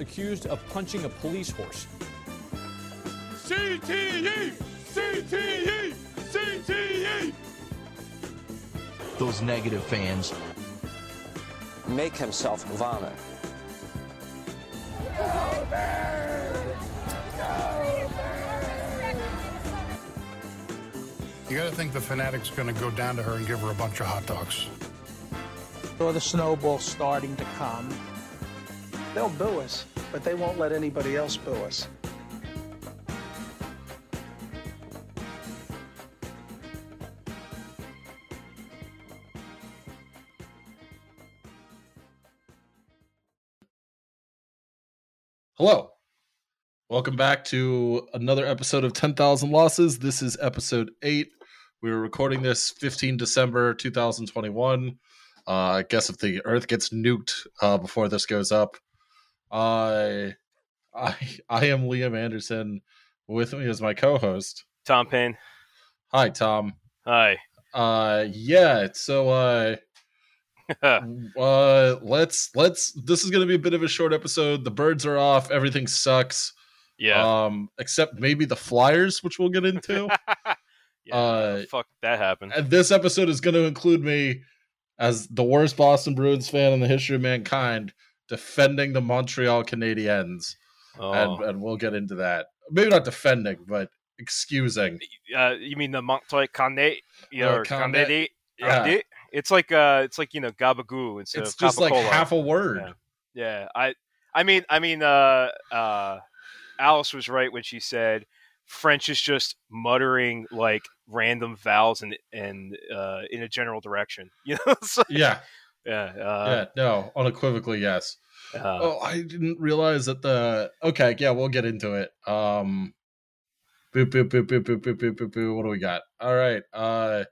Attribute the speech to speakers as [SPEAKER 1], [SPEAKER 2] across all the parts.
[SPEAKER 1] accused of punching a police horse.
[SPEAKER 2] CTE! CTE! CTE!
[SPEAKER 3] Those negative fans.
[SPEAKER 4] make himself vomit.
[SPEAKER 5] You gotta think the fanatic's gonna go down to her and give her a bunch of hot dogs.
[SPEAKER 6] Or the snowball starting to come. They'll boo us, but they won't let anybody else boo us.
[SPEAKER 7] Hello. Welcome back to another episode of 10,000 Losses. This is episode 8. We were recording this 15 December 2021. Uh, I guess if the earth gets nuked uh, before this goes up. I I, I am Liam Anderson. With me is my co host.
[SPEAKER 8] Tom Payne.
[SPEAKER 7] Hi, Tom.
[SPEAKER 8] Hi.
[SPEAKER 7] Uh, yeah, so uh, uh let's let's this is gonna be a bit of a short episode the birds are off everything sucks
[SPEAKER 8] yeah.
[SPEAKER 7] um except maybe the flyers which we'll get into
[SPEAKER 8] yeah.
[SPEAKER 7] uh,
[SPEAKER 8] fuck that happened.
[SPEAKER 7] and this episode is gonna include me as the worst boston bruins fan in the history of mankind defending the montreal canadiens
[SPEAKER 8] Oh.
[SPEAKER 7] and, and we'll get into that maybe not defending but excusing
[SPEAKER 8] uh, you mean the Montoy Condé? Yeah,
[SPEAKER 7] Uh,
[SPEAKER 8] or
[SPEAKER 7] Condé.
[SPEAKER 8] Condé.
[SPEAKER 7] Yeah.
[SPEAKER 8] Condé? It's like uh, it's like you know gabagoo instead
[SPEAKER 7] it's
[SPEAKER 8] of
[SPEAKER 7] just like
[SPEAKER 8] Coca-Cola.
[SPEAKER 7] half a word
[SPEAKER 8] Yeah, I, I mean, I mean, uh, uh, Alice was right when she said French is just muttering like random vowels and and uh, in a general direction. You know, so,
[SPEAKER 7] yeah
[SPEAKER 8] yeah,
[SPEAKER 7] yeah
[SPEAKER 8] uh,
[SPEAKER 7] no unequivocally yes
[SPEAKER 8] uh,
[SPEAKER 7] oh i didn't realize that the okay yeah we'll get into it um boop boop boop boop boop boop boop boop, boop. what do we got all right uh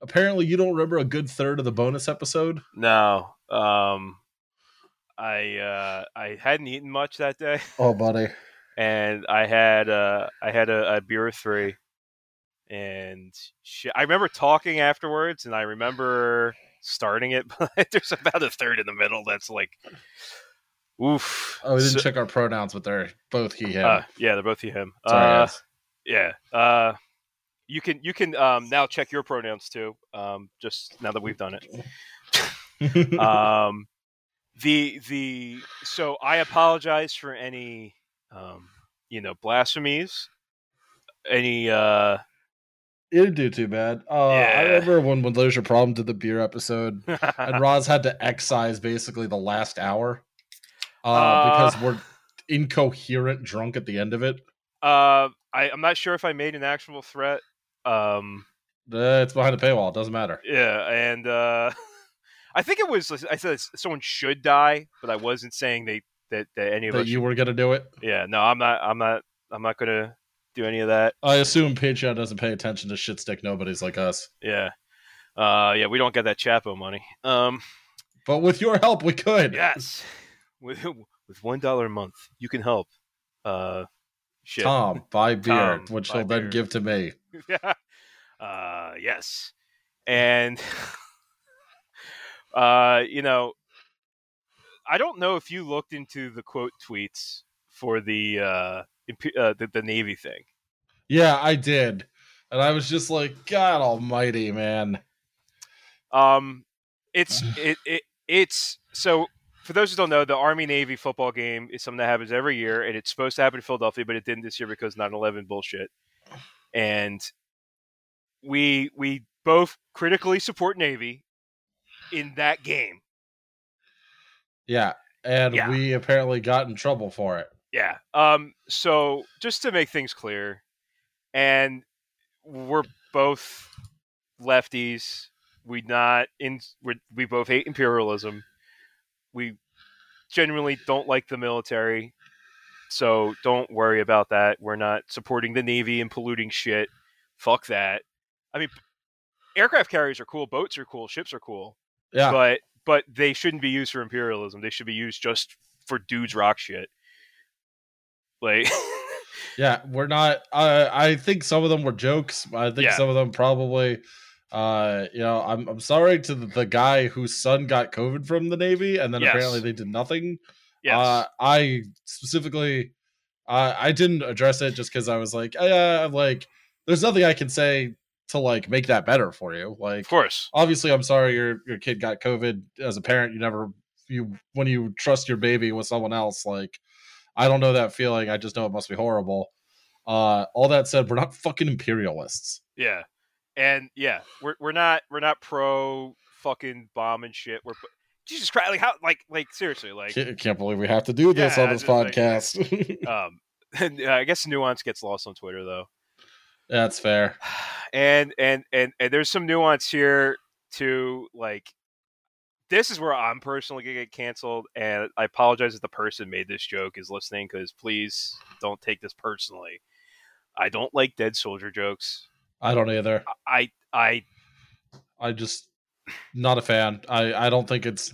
[SPEAKER 7] apparently you don't remember a good third of the bonus episode
[SPEAKER 8] no, um, I uh, I hadn't eaten much that day.
[SPEAKER 7] oh buddy
[SPEAKER 8] and I had uh, I had a, a beer or three, and she, I remember talking afterwards, and I remember starting it, but there's about a third in the middle that's like, oof.
[SPEAKER 7] oh we didn't
[SPEAKER 8] So-
[SPEAKER 7] check our pronouns but they're both he him
[SPEAKER 8] uh, yeah, they're both he him.
[SPEAKER 7] Sorry,
[SPEAKER 8] Uh,
[SPEAKER 7] guys.
[SPEAKER 8] yeah. Uh, you can you can um, now check your pronouns too. Um, just now that we've done it. um, the the so I apologize for any um, you know blasphemies, any uh,
[SPEAKER 7] it didn't do too bad uh
[SPEAKER 8] yeah.
[SPEAKER 7] i remember when when lose your problem did the beer episode
[SPEAKER 8] uh,
[SPEAKER 7] and Roz had to excise basically the last hour uh,
[SPEAKER 8] Uh.
[SPEAKER 7] because we're incoherent drunk at the end of it
[SPEAKER 8] uh, I, I'm not sure if I made an actual threat. Um,
[SPEAKER 7] Uh, it's behind the paywall it doesn't matter
[SPEAKER 8] yeah, and uh, I think it was I said someone should die, but I wasn't saying they that, that any of
[SPEAKER 7] that
[SPEAKER 8] us.
[SPEAKER 7] you were gonna do it.
[SPEAKER 8] yeah, no, I'm not. I'm not. I'm not gonna do any of that.
[SPEAKER 7] I assume Patreon doesn't pay attention to shit stick nobodies like us.
[SPEAKER 8] Yeah. Uh, yeah, we don't get that Chapo money. Um,
[SPEAKER 7] But with your help, we could.
[SPEAKER 8] yes, with, with one dollar a month, you can help. Uh, shit.
[SPEAKER 7] Tom, buy beer,
[SPEAKER 8] Tom,
[SPEAKER 7] which
[SPEAKER 8] buy
[SPEAKER 7] he'll
[SPEAKER 8] beer.
[SPEAKER 7] then give to me.
[SPEAKER 8] yeah. Uh, yes. And uh, you know, I don't know if you looked into the quote tweets for the uh, imp- uh the, the Navy thing.
[SPEAKER 7] Yeah, I did. And I was just like, God almighty, man.
[SPEAKER 8] Um, it's it, it it's so for those who don't know, the Army Navy football game is something that happens every year, and it's supposed to happen in Philadelphia, but it didn't this year because 9-11 bullshit. And we we both critically support Navy in that game.
[SPEAKER 7] Yeah. And
[SPEAKER 8] Yeah.
[SPEAKER 7] we apparently got in trouble for it.
[SPEAKER 8] Yeah. Um. So just to make things clear, and we're both lefties. We not in. We're, we both hate imperialism. We genuinely don't like the military. So don't worry about that. We're not supporting the navy and polluting shit. Fuck that. I mean, aircraft carriers are cool. Boats are cool. Ships are cool.
[SPEAKER 7] Yeah.
[SPEAKER 8] But but they shouldn't be used for imperialism. They should be used just for dudes rock shit. Like
[SPEAKER 7] yeah. We're not I I think some of them were jokes. I think
[SPEAKER 8] Yeah.
[SPEAKER 7] some of them probably uh you know, I'm I'm sorry to the, the guy whose son got COVID from the Navy and then
[SPEAKER 8] Yes.
[SPEAKER 7] apparently they did nothing
[SPEAKER 8] Yes.
[SPEAKER 7] Uh, I specifically, uh, I didn't address it just because I was like, uh, like, there's nothing I can say to like make that better for you. Like,
[SPEAKER 8] of course.
[SPEAKER 7] obviously, I'm sorry your your kid got COVID. As a parent, you never you when you trust your baby with someone else. Like, I don't know that feeling. I just know it must be horrible. Uh, all that said, we're not fucking imperialists.
[SPEAKER 8] Yeah. And yeah, we're we're not we're not pro fucking bomb and shit. We're Jesus Christ, like how like like seriously, like
[SPEAKER 7] Can't, can't believe we have to do this
[SPEAKER 8] Yeah,
[SPEAKER 7] on this
[SPEAKER 8] it's like-
[SPEAKER 7] podcast.
[SPEAKER 8] um and, uh, I guess nuance gets lost on Twitter though.
[SPEAKER 7] That's fair.
[SPEAKER 8] And and and and there's some nuance here to like this is where I'm personally gonna get canceled, and I apologize if the person made this joke is listening because please don't take this personally. I don't like dead soldier jokes.
[SPEAKER 7] I don't either.
[SPEAKER 8] I I
[SPEAKER 7] I just not a fan. I I don't think it's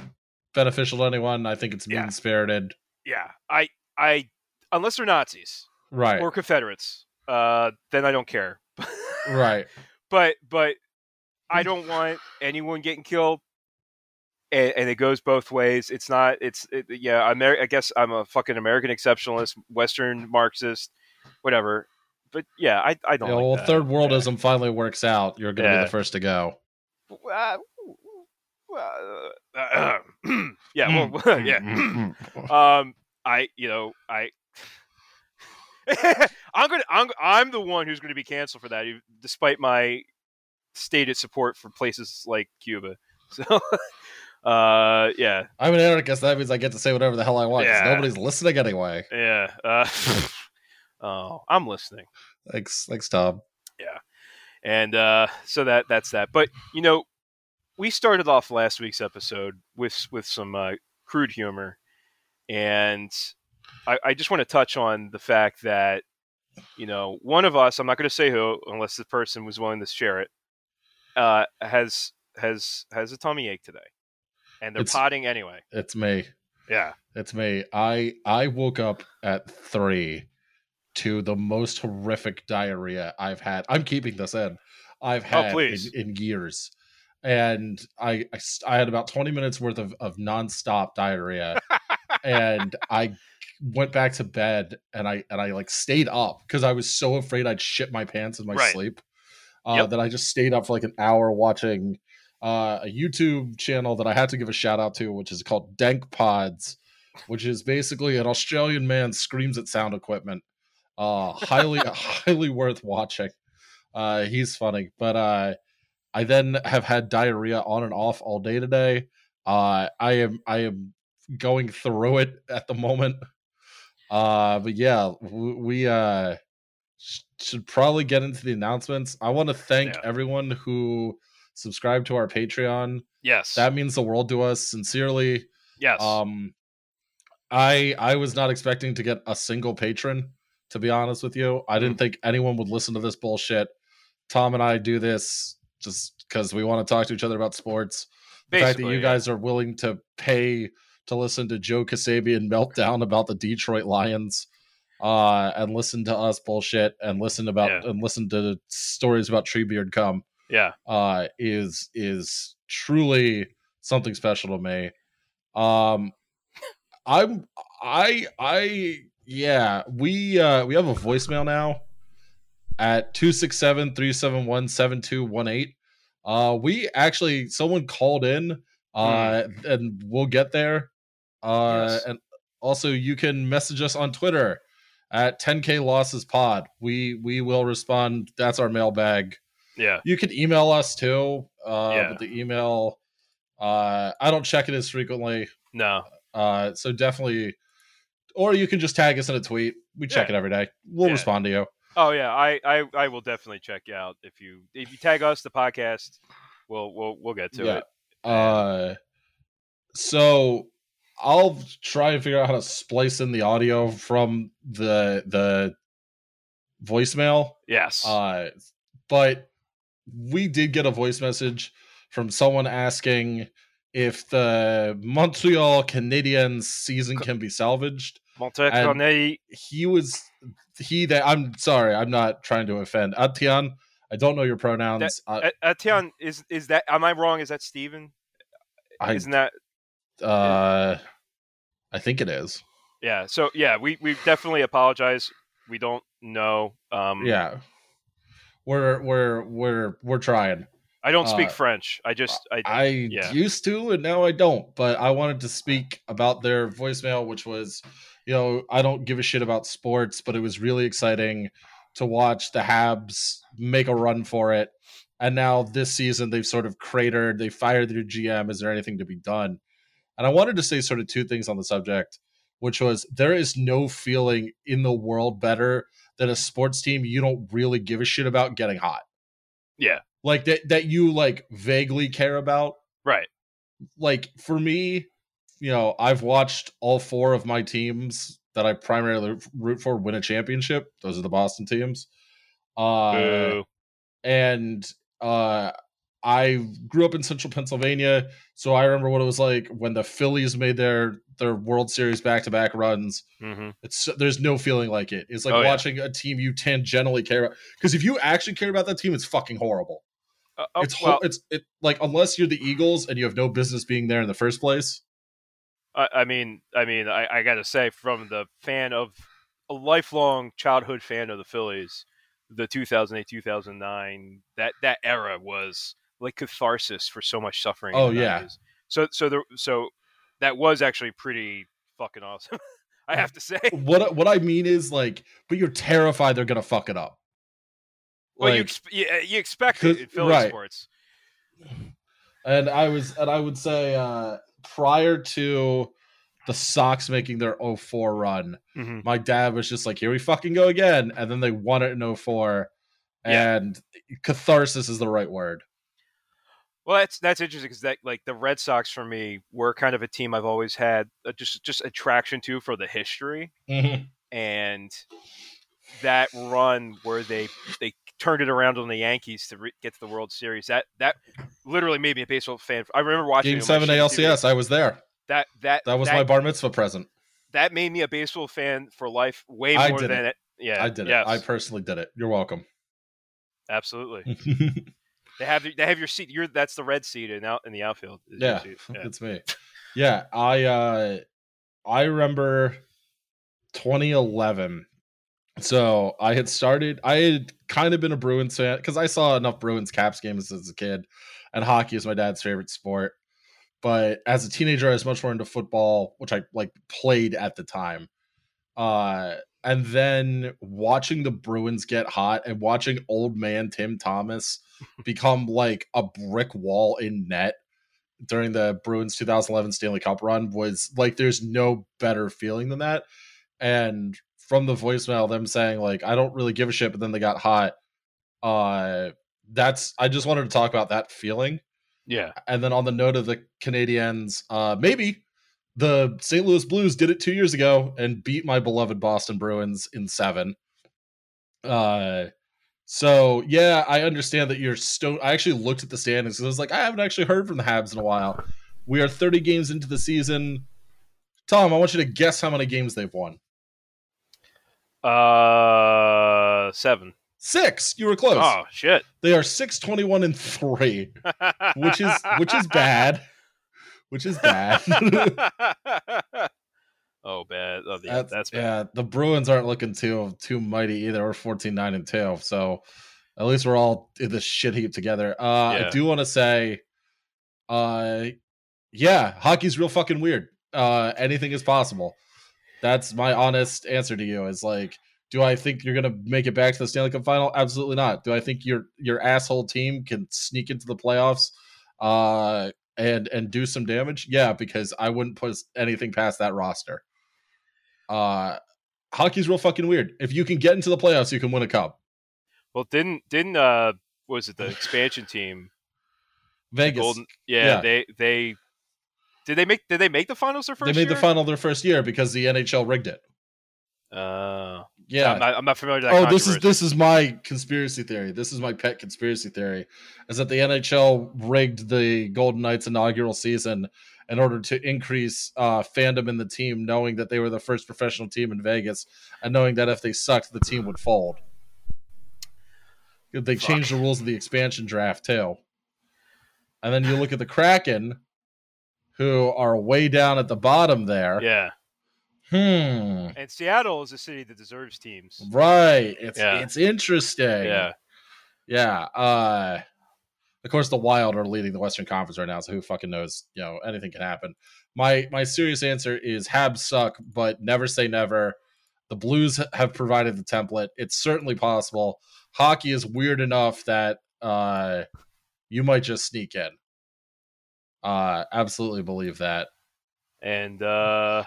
[SPEAKER 7] beneficial to anyone. I think it's
[SPEAKER 8] Yeah.
[SPEAKER 7] mean spirited.
[SPEAKER 8] yeah I I unless they're Nazis.
[SPEAKER 7] Right.
[SPEAKER 8] or Confederates, uh, then I don't care.
[SPEAKER 7] right.
[SPEAKER 8] But but I don't want anyone getting killed, and, and it goes both ways. It's not. It's it, yeah. I'm. Amer- I guess I'm a fucking American exceptionalist, Western Marxist, whatever. But yeah, I I don't.
[SPEAKER 7] Yeah,
[SPEAKER 8] like
[SPEAKER 7] well,
[SPEAKER 8] that.
[SPEAKER 7] third worldism finally works out. You're gonna be
[SPEAKER 8] Yeah.
[SPEAKER 7] the first to go.
[SPEAKER 8] Yeah. Uh, uh, yeah.
[SPEAKER 7] Hmm.
[SPEAKER 8] Well, yeah. um i you know i i'm gonna I'm, I'm the one who's gonna be canceled for that ev- despite my stated support for places like cuba so uh yeah
[SPEAKER 7] I'm an anarchist. That means I get to say whatever the hell I want. 'cause
[SPEAKER 8] Yeah.
[SPEAKER 7] Nobody's listening anyway.
[SPEAKER 8] yeah uh oh i'm listening
[SPEAKER 7] Thanks, thanks, Tom.
[SPEAKER 8] and uh so that that's that but you know we started off last week's episode with with some uh, crude humor and I, I just want to touch on the fact that you know one of us i'm not going to say who unless the person was willing to share it uh has has has a tummy ache today and they're
[SPEAKER 7] It's-
[SPEAKER 8] potting anyway
[SPEAKER 7] It's me.
[SPEAKER 8] yeah
[SPEAKER 7] It's me. I I woke up at three to the most horrific diarrhea I've had. I'm keeping this in. I've had in,
[SPEAKER 8] please.
[SPEAKER 7] in years, and I, I s- I had about 20 minutes worth of of nonstop diarrhea, and I went back to bed and I and I like stayed up because I was so afraid I'd shit my pants in my
[SPEAKER 8] Right.
[SPEAKER 7] sleep uh,
[SPEAKER 8] Yep.
[SPEAKER 7] that I just stayed up for like an hour watching uh, a YouTube channel that I had to give a shout out to, which is called Dank Pods, which is basically an Australian man screams at sound equipment. Uh, highly, highly worth watching. Uh, he's funny, but uh, I then have had diarrhea on and off all day today. Uh, I am, I am going through it at the moment. Uh, but yeah, we, we uh sh- should probably get into the announcements. I want to thank
[SPEAKER 8] Yeah.
[SPEAKER 7] everyone who subscribed to our Patreon.
[SPEAKER 8] yes
[SPEAKER 7] That means the world to us. Sincerely,
[SPEAKER 8] yes
[SPEAKER 7] um, I I was not expecting to get a single patron. To be honest with you, I
[SPEAKER 8] Hmm.
[SPEAKER 7] didn't think anyone would listen to this bullshit. Tom and I do this just because we want to talk to each other about sports. The fact that
[SPEAKER 8] Basically,
[SPEAKER 7] you
[SPEAKER 8] yeah.
[SPEAKER 7] guys are willing to pay to listen to Joe Kasabian meltdown about the Detroit Lions, uh, and listen to us bullshit and listen about
[SPEAKER 8] Yeah.
[SPEAKER 7] and listen to stories about Treebeard come
[SPEAKER 8] yeah
[SPEAKER 7] uh is is truly something special to me um i'm i i yeah we uh we have a voicemail now at 267-371-7218 uh we actually someone called in uh and we'll get there uh
[SPEAKER 8] Yes.
[SPEAKER 7] and also you can message us on twitter at 10k losses pod we we will respond that's our mailbag
[SPEAKER 8] yeah
[SPEAKER 7] you can email us too. Uh,
[SPEAKER 8] Yeah.
[SPEAKER 7] But the email, uh, I don't check it as frequently.
[SPEAKER 8] no
[SPEAKER 7] Uh, so definitely, or you can just tag us in a tweet. We check
[SPEAKER 8] Yeah.
[SPEAKER 7] it every day. We'll
[SPEAKER 8] Yeah.
[SPEAKER 7] respond to you.
[SPEAKER 8] Oh yeah, I, I I will definitely check you out if you if you tag us the podcast, we'll we'll we'll get to it.
[SPEAKER 7] Uh, so I'll try and figure out how to splice in the audio from the the voicemail.
[SPEAKER 8] Yes.
[SPEAKER 7] Uh, but we did get a voice message from someone asking if the Montreal Canadiens season can be salvaged.
[SPEAKER 8] Monte
[SPEAKER 7] and-
[SPEAKER 8] Corneille-
[SPEAKER 7] He was he that I'm sorry, I'm not trying to offend. Atian, I don't know your pronouns.
[SPEAKER 8] A- uh, Etienne, is is
[SPEAKER 7] Mm.
[SPEAKER 8] that am I wrong? Is that Steven?
[SPEAKER 7] I,
[SPEAKER 8] Isn't that
[SPEAKER 7] I uh I think it is.
[SPEAKER 8] Yeah. So yeah, we we definitely apologize. We don't know. Um,
[SPEAKER 7] Yeah. We're we're we're we're trying.
[SPEAKER 8] I don't speak
[SPEAKER 7] Uh,
[SPEAKER 8] French. I just I,
[SPEAKER 7] I
[SPEAKER 8] yeah.
[SPEAKER 7] used to, and now I don't. But I wanted to speak about their voicemail, which was, you know, I don't give a shit about sports, but it was really exciting to watch the Habs make a run for it. And now this season, they've sort of cratered. They fired their GM. Is there anything to be done? And I wanted to say sort of two things on the subject, which was there is no feeling in the world better than a sports team you don't really give a shit about getting hot
[SPEAKER 8] yeah
[SPEAKER 7] like that that you like vaguely care about
[SPEAKER 8] right
[SPEAKER 7] like for me you know i've watched all four of my teams that i primarily root for win a championship those are the boston teams uh
[SPEAKER 8] Boo.
[SPEAKER 7] and uh i grew up in central pennsylvania so i remember what it was like when the phillies made their their world series back-to-back runs
[SPEAKER 8] Mhm.
[SPEAKER 7] it's there's no feeling like it it's like
[SPEAKER 8] Oh, yeah.
[SPEAKER 7] watching a team you tangentially care about because if you actually care about that team it's fucking horrible
[SPEAKER 8] Uh, oh,
[SPEAKER 7] it's
[SPEAKER 8] well,
[SPEAKER 7] ho- it's it like unless you're the Eagles and you have no business being there in the first place.
[SPEAKER 8] I, I mean, I mean, I, I gotta say, from the fan of a lifelong childhood fan of the Phillies, the 2008, 2009, that that era was like catharsis for so much suffering. in
[SPEAKER 7] Oh,
[SPEAKER 8] the
[SPEAKER 7] yeah.
[SPEAKER 8] 90s. So so there so that was actually pretty fucking awesome. I have to say.
[SPEAKER 7] What what I mean is like, but you're terrified they're gonna fuck it up.
[SPEAKER 8] well, you
[SPEAKER 7] Like,
[SPEAKER 8] ex- you, you expect it in
[SPEAKER 7] Cause-
[SPEAKER 8] Philly
[SPEAKER 7] right.
[SPEAKER 8] sports.
[SPEAKER 7] and I was and I would say uh prior to the Sox making their 04 run,
[SPEAKER 8] Mhm.
[SPEAKER 7] my dad was just like, here we fucking go again. And then they won it in 04.
[SPEAKER 8] Yeah.
[SPEAKER 7] And catharsis is the right word.
[SPEAKER 8] Well, that's that's interesting because that like the Red Sox for me were kind of a team I've always had uh, just just attraction to for the history. and that run where they they turned it around on the Yankees to re- get to the World Series that that literally made me a baseball fan. I remember watching
[SPEAKER 7] Game
[SPEAKER 8] it on my
[SPEAKER 7] seven
[SPEAKER 8] shitty TV.
[SPEAKER 7] ALCS. I was there.
[SPEAKER 8] That that
[SPEAKER 7] That was my bar mitzvah present.
[SPEAKER 8] that made me a baseball fan for life way
[SPEAKER 7] I
[SPEAKER 8] more
[SPEAKER 7] did
[SPEAKER 8] than it. Yeah,
[SPEAKER 7] I did it.
[SPEAKER 8] yes,
[SPEAKER 7] I Mm. personally did it. You're welcome.
[SPEAKER 8] absolutely. They have they have your seat. You're that's the red seat in out in the outfield. is your
[SPEAKER 7] Yeah.
[SPEAKER 8] seat. yeah.
[SPEAKER 7] it's me yeah i uh i remember 2011 so i had started i had kind of been a bruins fan because i saw enough bruins caps games as a kid and hockey is my dad's favorite sport but as a teenager i was much more into football which i like played at the time uh and then watching the bruins get hot and watching old man tim thomas become like a brick wall in net during the Bruins 2011 Stanley Cup run was like there's no better feeling than that. And from the voicemail, them saying like I don't really give a shit, but then they got hot. Uh, that's I just wanted to talk about that feeling.
[SPEAKER 8] yeah.
[SPEAKER 7] And then on the note of the Canadians, uh, maybe the St. Louis Blues did it two years ago and beat my beloved Boston Bruins in seven. Uh, so yeah, I understand that you're stoned. I actually looked at the standings because I was like, I haven't actually heard from the Habs in a while. We are 30 games into the season. Tom, I want you to guess how many games they've won.
[SPEAKER 8] Uh, seven.
[SPEAKER 7] Six. You were close.
[SPEAKER 8] Oh shit.
[SPEAKER 7] They are six twenty-one and three, which is which is bad. Which is bad.
[SPEAKER 8] oh, bad. Oh, yeah,
[SPEAKER 7] that's,
[SPEAKER 8] that's, bad.
[SPEAKER 7] yeah. The Bruins aren't looking too too mighty either. We're fourteen nine and two, so at least we're all in the shit heap together. Uh, I
[SPEAKER 8] Yeah.
[SPEAKER 7] do want to say, uh, yeah, hockey's real fucking weird. Uh, anything is possible. That's my honest answer to you. Is like, do I think you're gonna make it back to the Stanley Cup final? Absolutely not. Do I think your your asshole team can sneak into the playoffs? Uh. And and do some damage, yeah, because I wouldn't put anything past that roster uh hockey's real fucking weird if you can get into the playoffs you can win a cup
[SPEAKER 8] Well, didn't didn't uh what was it the expansion team? The
[SPEAKER 7] vegas
[SPEAKER 8] Golden yeah,
[SPEAKER 7] Yeah.
[SPEAKER 8] they they did they make did they make the finals their
[SPEAKER 7] they
[SPEAKER 8] first
[SPEAKER 7] made the final their first year because the nhl rigged
[SPEAKER 8] final.
[SPEAKER 7] it
[SPEAKER 8] Uh,
[SPEAKER 7] yeah
[SPEAKER 8] I'm, not, I'm not familiar with that.
[SPEAKER 7] oh this is
[SPEAKER 8] controversy.
[SPEAKER 7] this is my conspiracy theory this is my pet conspiracy theory is that the nhl rigged the golden knights inaugural season in order to increase uh, fandom in the team knowing that they were the first professional team in vegas and knowing that if they sucked the team would fold they
[SPEAKER 8] Fuck.
[SPEAKER 7] changed the rules of the expansion draft too and then you look at the kraken who are way down at the bottom there
[SPEAKER 8] yeah.
[SPEAKER 7] Hmm.
[SPEAKER 8] And Seattle is a city that deserves teams.
[SPEAKER 7] Right. It's
[SPEAKER 8] Yeah.
[SPEAKER 7] it's interesting.
[SPEAKER 8] Yeah.
[SPEAKER 7] Yeah. Uh of course the Wild are leading the Western Conference right now, so who fucking knows? You know, anything can happen. My my serious answer is Habs suck, but never say never. The Blues have provided the template. It's certainly possible. Hockey is weird enough that uh you might just sneak in. Uh absolutely believe that.
[SPEAKER 8] And uh,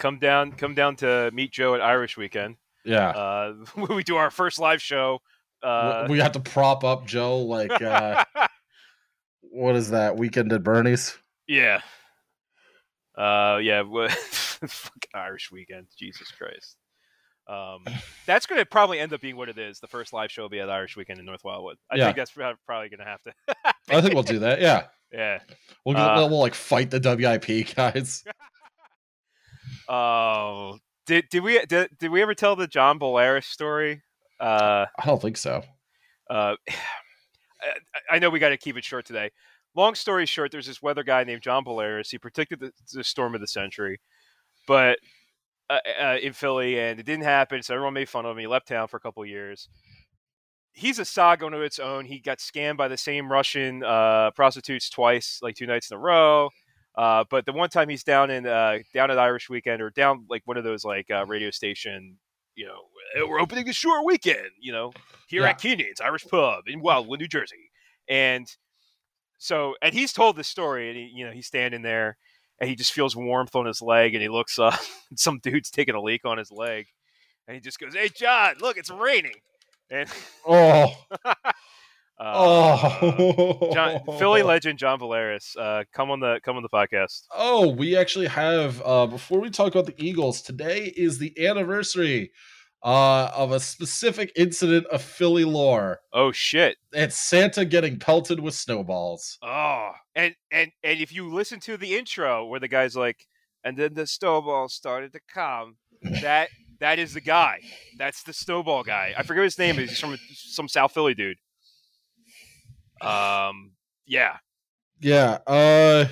[SPEAKER 8] come down, come down to meet Joe at Irish Weekend.
[SPEAKER 7] Yeah.
[SPEAKER 8] Uh, when we do our first live show. Uh,
[SPEAKER 7] we we have to prop up Joe like uh what is that weekend at Bernie's?
[SPEAKER 8] yeah. Uh, yeah. wha- Fuck Irish Weekend. Jesus Christ. Um, that's going to probably end up being what it is. The first live show will be at Irish Weekend in North Wildwood. I
[SPEAKER 7] Yeah.
[SPEAKER 8] think that's prob- probably going to have to.
[SPEAKER 7] I think we'll do that. Yeah,
[SPEAKER 8] Yeah.
[SPEAKER 7] we'll
[SPEAKER 8] Uh,
[SPEAKER 7] we'll, we'll, like fight the WIP guys.
[SPEAKER 8] Oh, did did we did, did we ever tell the John Bolaris story? Uh,
[SPEAKER 7] I don't think so.
[SPEAKER 8] uh, I- I know we got to keep it short today. Long story short, there's this weather guy named John Polaris. He predicted the, the storm of the century, but uh, uh, in Philly, and it didn't happen. So everyone made fun of him. He left town for a couple years. He's a saga on its own. He got scammed by the same Russian uh, prostitutes twice, like two nights in a row. Uh, but the one time he's down in uh, down at Irish Weekend or down like one of those like uh, radio station, you know, "Hey, we're opening the shore weekend, you know, here at Keenan's Irish Pub in Wildwood, New Jersey. And so, and he's told this story, and he, you know, he's standing there, and he just feels warmth on his leg, and he looks up, and some dude's taking a leak on his leg, and he just goes, "Hey, John, look, it's raining." And
[SPEAKER 7] Oh,
[SPEAKER 8] uh,
[SPEAKER 7] oh,
[SPEAKER 8] John, Philly legend John Valeris, uh, come on the come on the podcast.
[SPEAKER 7] Oh, we actually have. Uh, before we talk about the Eagles, today is the anniversary uh, of a specific incident of Philly lore.
[SPEAKER 8] Oh shit!
[SPEAKER 7] It's Santa getting pelted with snowballs.
[SPEAKER 8] Oh, and and and if you listen to the intro where the guy's like, and then the snowball started to come, that that is the guy. That's the snowball guy. I forget his name. He's from some South Philly dude. Um, yeah,
[SPEAKER 7] Yeah. Uh,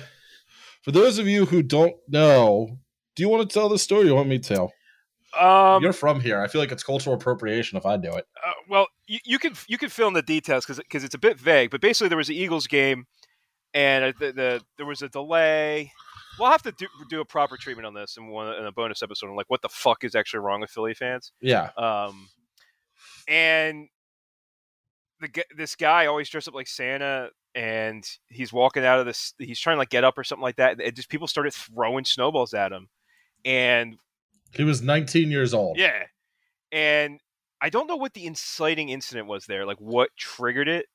[SPEAKER 7] for those of you who don't know, do you want to tell the story? Or you want me to tell?
[SPEAKER 8] um,
[SPEAKER 7] You're from here. I feel like it's cultural appropriation if I do it.
[SPEAKER 8] uh, well, you, you can you can fill in the details because it's a bit vague. But basically, there was an Eagles game, and uh, the, the there was a delay. We'll have to do, do a proper treatment on this in one in a bonus episode on like what the fuck is actually wrong with Philly fans.
[SPEAKER 7] Yeah.
[SPEAKER 8] Um, and the gu- this guy always dressed up like Santa, and he's walking out of this. He's trying to like get up or something like that. And just people started throwing snowballs at him, and
[SPEAKER 7] He was 19 years old.
[SPEAKER 8] yeah, and I don't know what the inciting incident was there. Like what triggered it?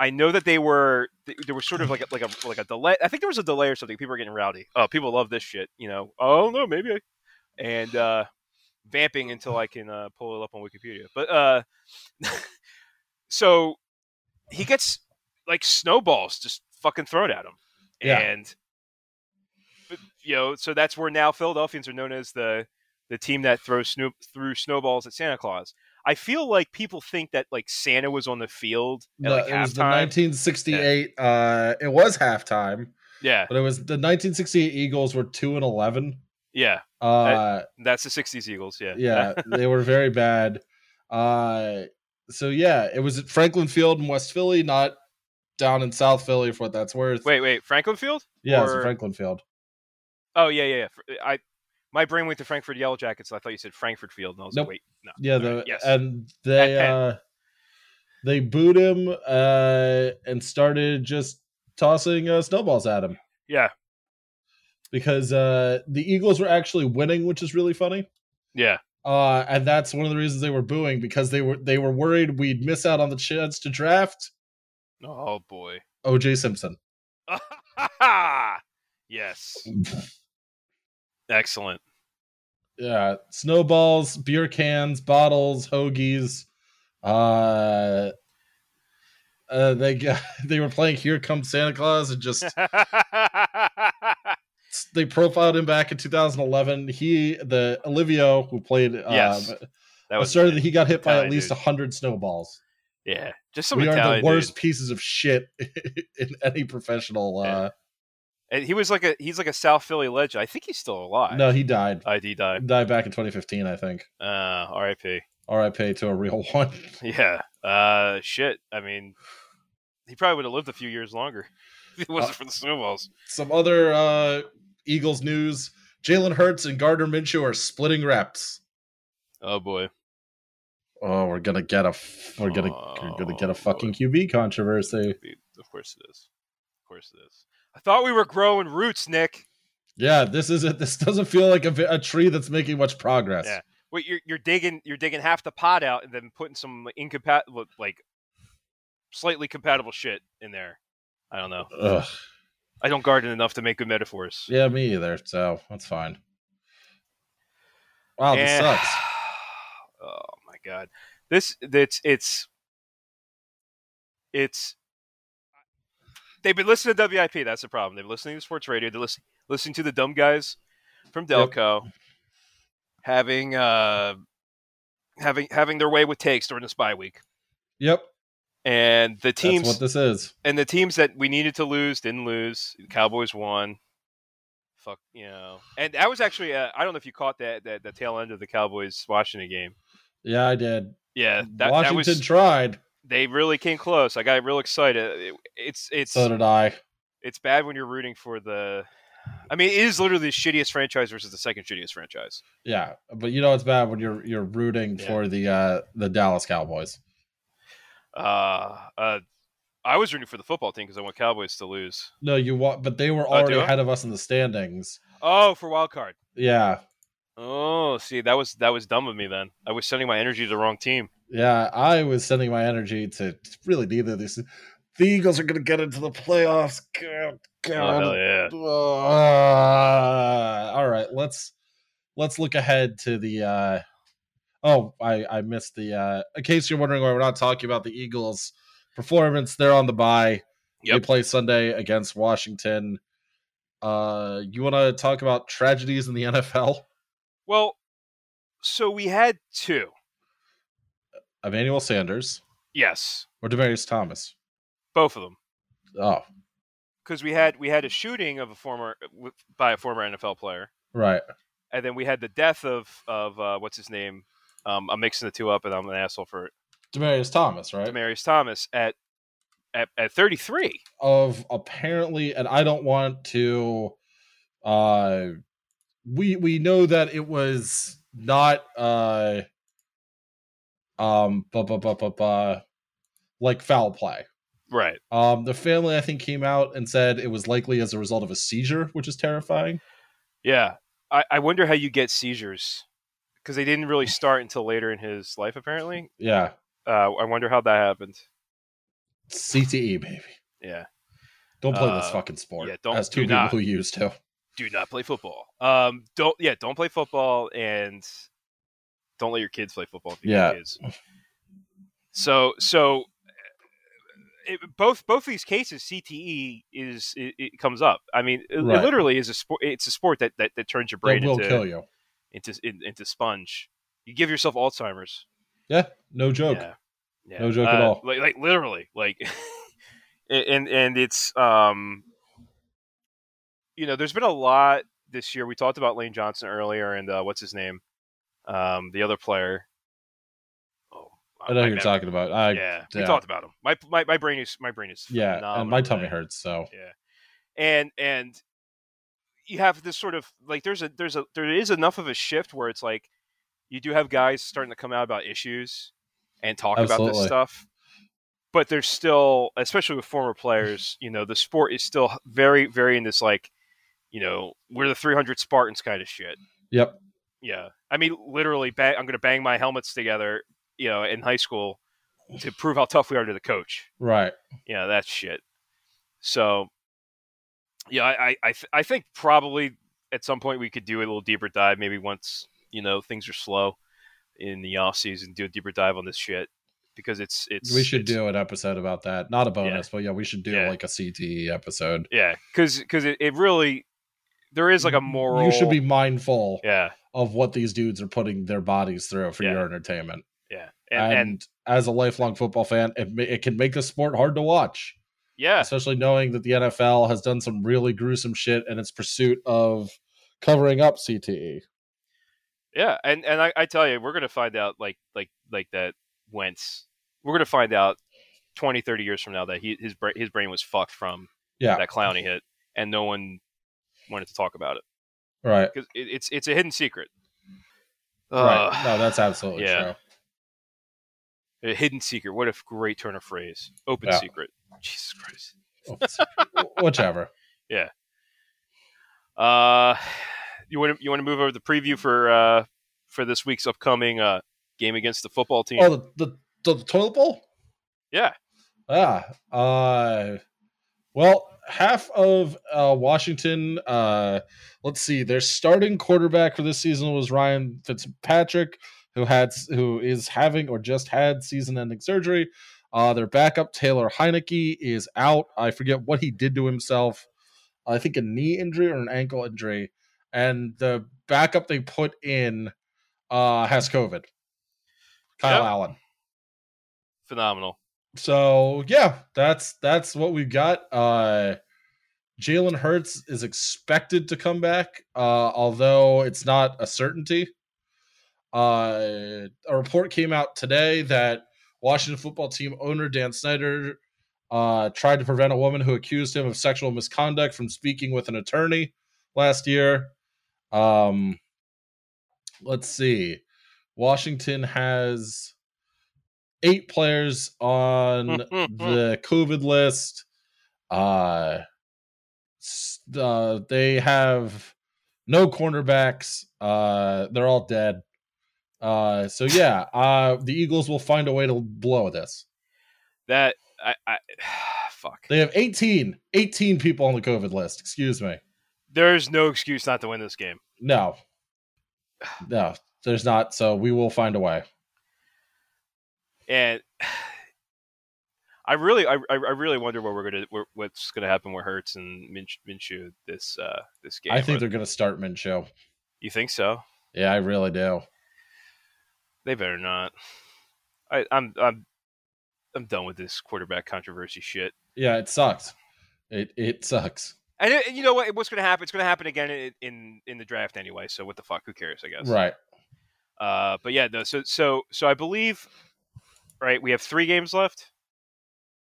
[SPEAKER 8] I know that they were th- there was sort of like a, like a like a delay. I think there was a delay or something. People were getting rowdy. Oh, people love this shit. You know. Oh no, maybe I and uh, vamping until I can uh, pull it up on Wikipedia. But uh, so he gets like snowballs just fucking thrown at him,
[SPEAKER 7] Yeah.
[SPEAKER 8] and but, you know, so that's where now Philadelphians are known as the the team that throws snow threw snowballs at Santa Claus. I feel like people think that like Santa was on the field at
[SPEAKER 7] No,
[SPEAKER 8] like
[SPEAKER 7] it was the
[SPEAKER 8] halftime.
[SPEAKER 7] 1968. Uh, it was halftime,
[SPEAKER 8] yeah,
[SPEAKER 7] but it was the 1968 Eagles were two and 11.
[SPEAKER 8] yeah,
[SPEAKER 7] Uh,
[SPEAKER 8] that's the '60s Eagles. Yeah,
[SPEAKER 7] yeah, they were very bad. Uh, so yeah, it was at Franklin Field in West Philly, not down in South Philly for what that's worth.
[SPEAKER 8] wait, wait, Franklin Field?
[SPEAKER 7] yeah, it was
[SPEAKER 8] or-
[SPEAKER 7] at Franklin Field.
[SPEAKER 8] Oh yeah, yeah, yeah. Fr- I my brain went to Frankfurt Yellow Jackets. and I thought you said Frankfurt Field, and I was
[SPEAKER 7] Nope.
[SPEAKER 8] like, wait, no.
[SPEAKER 7] Yeah,
[SPEAKER 8] Alright,
[SPEAKER 7] the,
[SPEAKER 8] yes.
[SPEAKER 7] and
[SPEAKER 8] At
[SPEAKER 7] they
[SPEAKER 8] Penn.
[SPEAKER 7] uh, they booed him uh, and started just tossing uh, snowballs at him.
[SPEAKER 8] yeah,
[SPEAKER 7] because uh, the Eagles were actually winning, which is really funny.
[SPEAKER 8] yeah,
[SPEAKER 7] Uh, and that's one of the reasons they were booing because they were they were worried we'd miss out on the chance to draft
[SPEAKER 8] oh boy,
[SPEAKER 7] OJ Simpson.
[SPEAKER 8] yes, excellent.
[SPEAKER 7] Yeah, snowballs, beer cans, bottles, hoagies. Uh, uh, they got, they were playing "Here Comes Santa Claus" and just they profiled him back in 2011. He the Olivio who played uh,
[SPEAKER 8] Yes, that was
[SPEAKER 7] asserted that he got hit by
[SPEAKER 8] Italian
[SPEAKER 7] at least
[SPEAKER 8] dude.
[SPEAKER 7] 100 snowballs.
[SPEAKER 8] yeah, just some
[SPEAKER 7] we are
[SPEAKER 8] Italian
[SPEAKER 7] the worst
[SPEAKER 8] dude.
[SPEAKER 7] pieces of shit in any professional.
[SPEAKER 8] Yeah.
[SPEAKER 7] Uh,
[SPEAKER 8] And he was like a he's like a South Philly legend. I think he's still alive.
[SPEAKER 7] No, he died.
[SPEAKER 8] ID died.
[SPEAKER 7] Died back in 2015, I think.
[SPEAKER 8] Uh, R.I.P.
[SPEAKER 7] R.I.P. to a real one.
[SPEAKER 8] Yeah. Uh, shit. I mean, he probably would have lived a few years longer. if it wasn't for the snowballs.
[SPEAKER 7] Some other uh, Eagles news: Jalen Hurts and Gardner Minshew are splitting reps.
[SPEAKER 8] Oh boy.
[SPEAKER 7] Oh, we're gonna get a f- we're gonna we're gonna get a
[SPEAKER 8] Oh,
[SPEAKER 7] fucking
[SPEAKER 8] boy.
[SPEAKER 7] QB controversy.
[SPEAKER 8] Of course it is. Of course it is. I thought we were growing roots, Nick.
[SPEAKER 7] Yeah, this isn't. This doesn't feel like a, vi- a tree that's making much progress.
[SPEAKER 8] Yeah. Wait, you're you're digging you're digging half the pot out and then putting some incompatible like slightly compatible shit in there. I don't know.
[SPEAKER 7] Ugh.
[SPEAKER 8] I don't garden enough to make good metaphors.
[SPEAKER 7] Yeah, me either. So that's fine. Wow, this
[SPEAKER 8] And-
[SPEAKER 7] sucks.
[SPEAKER 8] Oh my god, this it's it's it's. They've been listening to WIP. That's the problem. They've been listening to sports radio. They're listening listening to the dumb guys from
[SPEAKER 7] Yep.
[SPEAKER 8] Delco, having uh, having having their way with takes during the spy week,
[SPEAKER 7] Yep,
[SPEAKER 8] and the
[SPEAKER 7] that's
[SPEAKER 8] teams
[SPEAKER 7] what this is.
[SPEAKER 8] and the teams that we needed to lose didn't lose. The Cowboys won. Fuck you know. And that was actually uh, I don't know if you caught that that the tail end of the Cowboys Washington game.
[SPEAKER 7] Yeah, I did.
[SPEAKER 8] Yeah, that, that
[SPEAKER 7] Washington
[SPEAKER 8] was
[SPEAKER 7] tried.
[SPEAKER 8] they really came close. I got real excited. It- it's it's
[SPEAKER 7] So did I.
[SPEAKER 8] it's bad when you're rooting for the. I mean, it is literally the shittiest franchise versus the second shittiest franchise.
[SPEAKER 7] Yeah, but you know it's bad when you're you're rooting
[SPEAKER 8] Yeah.
[SPEAKER 7] for the uh the Dallas Cowboys.
[SPEAKER 8] Uh, uh, I was rooting for the football team because I want Cowboys to lose.
[SPEAKER 7] No, you want, but they were
[SPEAKER 8] Oh,
[SPEAKER 7] already
[SPEAKER 8] do I?
[SPEAKER 7] ahead of us in the standings.
[SPEAKER 8] Oh, for wild card.
[SPEAKER 7] Yeah,
[SPEAKER 8] Oh, see, that was that was dumb of me then. I was sending my energy to the wrong team.
[SPEAKER 7] yeah. I was sending my energy to really neither of these. The Eagles are going to get into the playoffs. God,
[SPEAKER 8] Oh,
[SPEAKER 7] God.
[SPEAKER 8] hell yeah.
[SPEAKER 7] Uh, all right, let's let's look ahead to the. uh Oh, I I missed the. uh In case you're wondering why we're not talking about the Eagles' performance, they're on the bye. They
[SPEAKER 8] Yep.
[SPEAKER 7] play Sunday against Washington. Uh, you want to talk about tragedies in the NFL?
[SPEAKER 8] Well, so we had two.
[SPEAKER 7] Emmanuel Sanders
[SPEAKER 8] Yes,
[SPEAKER 7] or Demarius Thomas?
[SPEAKER 8] both of them.
[SPEAKER 7] Oh,
[SPEAKER 8] Because we had we had a shooting of a former by a former NFL player.
[SPEAKER 7] right.
[SPEAKER 8] and then we had the death of of uh, what's his name. Um, I'm mixing the two up, and I'm an asshole for it.
[SPEAKER 7] Demarius Thomas, right?
[SPEAKER 8] Demarius Thomas at at, at 33.
[SPEAKER 7] of apparently and i don't want to uh we we know that it was not uh um bu- bu- bu- bu- bu- like foul play
[SPEAKER 8] Right.
[SPEAKER 7] um the family i think came out and said it was likely as a result of a seizure which is terrifying
[SPEAKER 8] Yeah. I, I wonder how you get seizures because they didn't really start until later in his life. Apparently,
[SPEAKER 7] yeah
[SPEAKER 8] uh, I wonder how that happened.
[SPEAKER 7] cte E, baby
[SPEAKER 8] Yeah.
[SPEAKER 7] don't play this
[SPEAKER 8] Uh,
[SPEAKER 7] fucking sport
[SPEAKER 8] yeah, don't-
[SPEAKER 7] as two
[SPEAKER 8] do
[SPEAKER 7] people
[SPEAKER 8] not.
[SPEAKER 7] who used to
[SPEAKER 8] Do not play football. Um. Don't. Yeah. Don't play football, and don't let your kids play football. If you
[SPEAKER 7] Yeah.
[SPEAKER 8] have kids. So so. eh, It, both both these cases, CTE is it, it comes up. I mean, it, it
[SPEAKER 7] Right.
[SPEAKER 8] literally is a sport. It's a sport that, that, that turns your brain
[SPEAKER 7] that will
[SPEAKER 8] into
[SPEAKER 7] kill you
[SPEAKER 8] into in, into sponge. You give yourself Alzheimer's.
[SPEAKER 7] yeah no joke
[SPEAKER 8] Yeah. Yeah.
[SPEAKER 7] No joke at
[SPEAKER 8] Uh,
[SPEAKER 7] all.
[SPEAKER 8] Like, like literally, like, and and it's um, you know, there's been a lot this year. We talked about Lane Johnson earlier, and uh, what's his name, um, the other player. Oh,
[SPEAKER 7] i know
[SPEAKER 8] my
[SPEAKER 7] who you're
[SPEAKER 8] mem-
[SPEAKER 7] talking about i yeah,
[SPEAKER 8] Yeah, we talked about him. My my, my brain is my brain is
[SPEAKER 7] and my
[SPEAKER 8] phenomenal
[SPEAKER 7] tummy
[SPEAKER 8] today.
[SPEAKER 7] hurts so
[SPEAKER 8] and and you have this sort of like there's a there's a there is enough of a shift where it's like you do have guys starting to come out about issues and talk about this
[SPEAKER 7] Absolutely.
[SPEAKER 8] stuff but there's still especially with former players you know the sport is still very very in this like you know we're the 300 spartans kind of shit
[SPEAKER 7] yep
[SPEAKER 8] yeah i mean literally bang, i'm gonna bang my helmets together you know in high school to prove how tough we are to the coach
[SPEAKER 7] right
[SPEAKER 8] you know that shit. So, yeah, I I I, th- I think probably at some point we could do a little deeper dive. Maybe once you know things are slow in the off season, do a deeper dive on this shit because it's it's
[SPEAKER 7] we should
[SPEAKER 8] it's-
[SPEAKER 7] do an episode about that. Not a bonus, but yeah, we should do
[SPEAKER 8] Yeah.
[SPEAKER 7] like a CTE episode.
[SPEAKER 8] yeah because because it, it really there is like a moral
[SPEAKER 7] You should be mindful
[SPEAKER 8] yeah
[SPEAKER 7] of what these dudes are putting their bodies through for
[SPEAKER 8] Yeah.
[SPEAKER 7] your entertainment.
[SPEAKER 8] yeah
[SPEAKER 7] And,
[SPEAKER 8] and, and
[SPEAKER 7] as a lifelong football fan, it ma- it can make the sport hard to watch.
[SPEAKER 8] Yeah.
[SPEAKER 7] especially knowing that the NFL has done some really gruesome shit in its pursuit of covering up E. CTE.
[SPEAKER 8] Yeah, and and I, I tell you, we're gonna find out like like like that Wentz. We're gonna find out 20, 30 years from now that he his brain his brain was fucked from
[SPEAKER 7] Yeah.
[SPEAKER 8] that clowny hit, and no one wanted to talk about it
[SPEAKER 7] Right.
[SPEAKER 8] because it, it's it's a hidden secret.
[SPEAKER 7] right.
[SPEAKER 8] Ugh.
[SPEAKER 7] No, that's absolutely
[SPEAKER 8] yeah.
[SPEAKER 7] true.
[SPEAKER 8] a hidden secret. What a great turn of phrase. Open
[SPEAKER 7] Yeah.
[SPEAKER 8] secret. Jesus Christ.
[SPEAKER 7] Whichever.
[SPEAKER 8] Uh, you want to you want to move over to the preview for uh for this week's upcoming uh game against the football team?
[SPEAKER 7] Oh, the, the, the toilet bowl?
[SPEAKER 8] yeah.
[SPEAKER 7] Yeah. Uh, well, half of uh, Washington. Uh, let's see. Their starting quarterback for this season was Ryan Fitzpatrick, who had who is having or just had season-ending surgery. Uh, their backup Taylor Heineke is out. I forget what he did to himself. I think a knee injury or an ankle injury, and the backup they put in uh, has COVID. Kyle
[SPEAKER 8] Yep.
[SPEAKER 7] Allen.
[SPEAKER 8] Phenomenal.
[SPEAKER 7] So yeah, that's that's what we've got. Uh Jalen Hurts is expected to come back, uh, although it's not a certainty. Uh, a report came out today that Washington football team owner Dan Snyder uh, tried to prevent a woman who accused him of sexual misconduct from speaking with an attorney last year. Um, let's see. Washington has eight players on the COVID list. Uh, s- uh, they have no cornerbacks. Uh, they're all dead. Uh, so yeah, uh, the Eagles will find a way to blow this.
[SPEAKER 8] That I, I fuck.
[SPEAKER 7] They have 18, 18 people on the COVID list. Excuse me.
[SPEAKER 8] There's no excuse not to win this game.
[SPEAKER 7] No, no, there's not. So we will find a way.
[SPEAKER 8] And I really, I, I I really wonder what we're gonna, what- what's gonna happen with Hertz and Minch- Minshew this, uh, this game.
[SPEAKER 7] I think
[SPEAKER 8] But
[SPEAKER 7] they're going to start Minshew.
[SPEAKER 8] you think so.
[SPEAKER 7] Yeah, I really do.
[SPEAKER 8] They better not. I, I'm, I'm, I'm done with this quarterback controversy shit.
[SPEAKER 7] Yeah, it sucks. It it sucks.
[SPEAKER 8] And, it, and you know what? What's gonna happen? It's gonna happen again in, in, in the draft anyway. So what the fuck? Who cares? I guess.
[SPEAKER 7] Right.
[SPEAKER 8] Uh, but yeah, no. So, so, so I believe, right? We have three games left.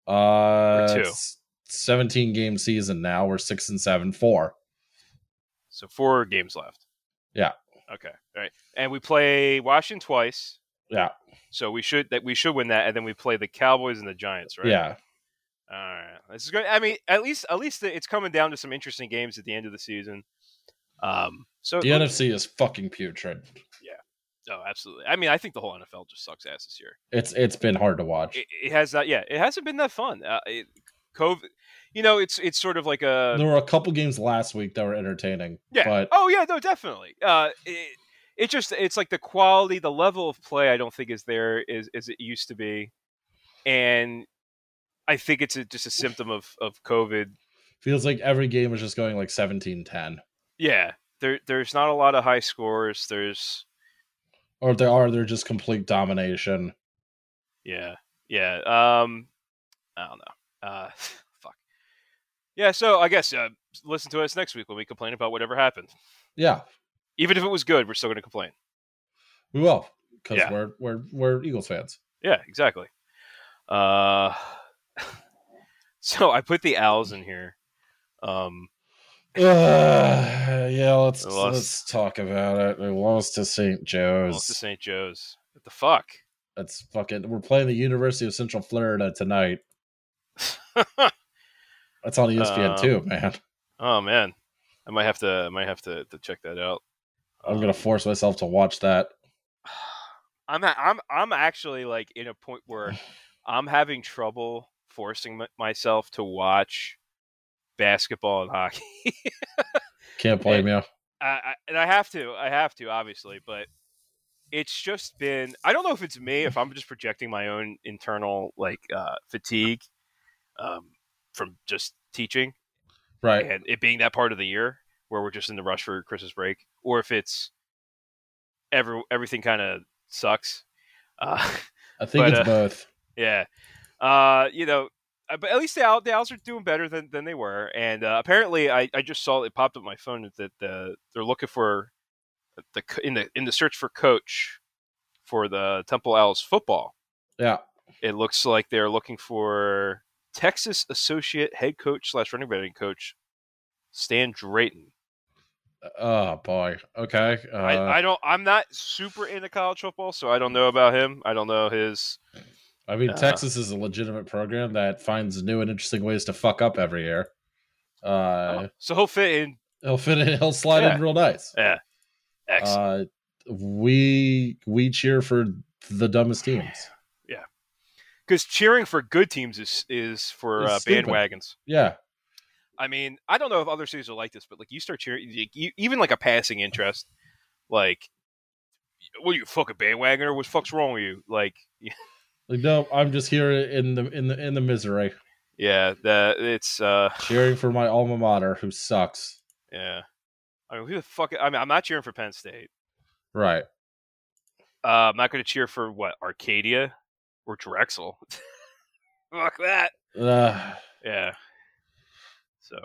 [SPEAKER 7] Uh,
[SPEAKER 8] two.
[SPEAKER 7] it's 17 game season now. We're six and seven, four.
[SPEAKER 8] So four games left.
[SPEAKER 7] Yeah.
[SPEAKER 8] Okay. All right. And we play Washington twice.
[SPEAKER 7] Yeah.
[SPEAKER 8] So we should that we should win that, and then we play the Cowboys and the Giants, right?
[SPEAKER 7] Yeah.
[SPEAKER 8] All right. This is good. I mean, at least at least it's coming down to some interesting games at the end of the season. Um. So
[SPEAKER 7] The NFC is fucking putrid.
[SPEAKER 8] Oh, absolutely. I mean, I think the whole NFL just sucks ass this year.
[SPEAKER 7] It's it's been hard to watch.
[SPEAKER 8] It, it has not. Yeah, it hasn't been that fun. Uh, it, COVID. You know, it's it's sort of like a
[SPEAKER 7] there were a couple games last week that were entertaining.
[SPEAKER 8] Yeah.
[SPEAKER 7] But
[SPEAKER 8] oh yeah, no, definitely. Uh, it, it just it's like the quality, the level of play. I don't think is there is as it used to be, and I think it's a, just a symptom of of COVID.
[SPEAKER 7] feels like every game was just going like 17-10.
[SPEAKER 8] Yeah, there there's not a lot of high scores. There's
[SPEAKER 7] Or if they are, they're just complete domination.
[SPEAKER 8] yeah yeah um I don't know uh fuck yeah. So I guess uh, listen to us next week when we complain about whatever happened.
[SPEAKER 7] Yeah,
[SPEAKER 8] Even if it was good, we're still going to complain.
[SPEAKER 7] we will. Because
[SPEAKER 8] Yeah.
[SPEAKER 7] we're we're we're Eagles fans.
[SPEAKER 8] Yeah, exactly. Uh, so I put the owls in here. Um,
[SPEAKER 7] Ugh, yeah, let's
[SPEAKER 8] We lost.
[SPEAKER 7] let's talk about it. We lost to St. Joe's.
[SPEAKER 8] lost to St. Joe's. What the fuck?
[SPEAKER 7] That's fucking. We're playing the University of Central Florida tonight. That's on E
[SPEAKER 8] Um,
[SPEAKER 7] ESPN too, man.
[SPEAKER 8] Oh man, I might have to. I might have to, to check that out. um,
[SPEAKER 7] I'm gonna force myself to watch that.
[SPEAKER 8] I'm. a- I'm. I'm actually like in a point where I'm having trouble forcing m- myself to watch basketball and hockey.
[SPEAKER 7] Can't blame you.
[SPEAKER 8] I, I, and I have to, I have to, obviously, but it's just been. I don't know if it's me, if I'm just projecting my own internal like uh, fatigue um, from just teaching
[SPEAKER 7] Right?
[SPEAKER 8] and it being that part of the year where we're just in the rush for Christmas break, or if it's every everything kind of sucks. Uh,
[SPEAKER 7] I think
[SPEAKER 8] but,
[SPEAKER 7] it's
[SPEAKER 8] uh,
[SPEAKER 7] both.
[SPEAKER 8] yeah, uh, you know, uh, but at least the, Owl- the Owls are doing better than, than they were. And uh, apparently, I, I just saw it popped up on my phone that uh, they're looking for the co- in the in the search for coach for the Temple Owls football.
[SPEAKER 7] Yeah.
[SPEAKER 8] It looks like they're looking for Texas associate head coach slash running backing coach Stan Drayton.
[SPEAKER 7] Oh boy. Okay. Uh,
[SPEAKER 8] I,
[SPEAKER 7] I,
[SPEAKER 8] I don't. I'm not super into college football, so I don't know about him. I don't know his.
[SPEAKER 7] mean,
[SPEAKER 8] uh,
[SPEAKER 7] Texas is a legitimate program that finds new and interesting ways to fuck up every year. Uh,
[SPEAKER 8] so he'll fit in.
[SPEAKER 7] he'll fit in. He'll slide
[SPEAKER 8] Oh. Yeah.
[SPEAKER 7] in real nice.
[SPEAKER 8] Yeah. X.
[SPEAKER 7] Uh, we we cheer for the dumbest teams.
[SPEAKER 8] Because cheering for good teams is is for
[SPEAKER 7] It's
[SPEAKER 8] uh,
[SPEAKER 7] stupid.
[SPEAKER 8] bandwagons.
[SPEAKER 7] Yeah.
[SPEAKER 8] I mean, I don't know if other cities are like this, but like you start cheering, you, you, even like a passing interest, like, what are you fucking bandwagoner? What the fuck's wrong with you? Like,
[SPEAKER 7] Like no, I'm just here in the in the in the misery,
[SPEAKER 8] yeah, that it's uh,
[SPEAKER 7] cheering for my alma mater who sucks.
[SPEAKER 8] yeah. I mean, who the fuck? I mean, I'm not cheering for Penn State.
[SPEAKER 7] Right.
[SPEAKER 8] Uh, I'm not going to cheer for what Arcadia or Drexel. Fuck that.
[SPEAKER 7] Uh,
[SPEAKER 8] Yeah. So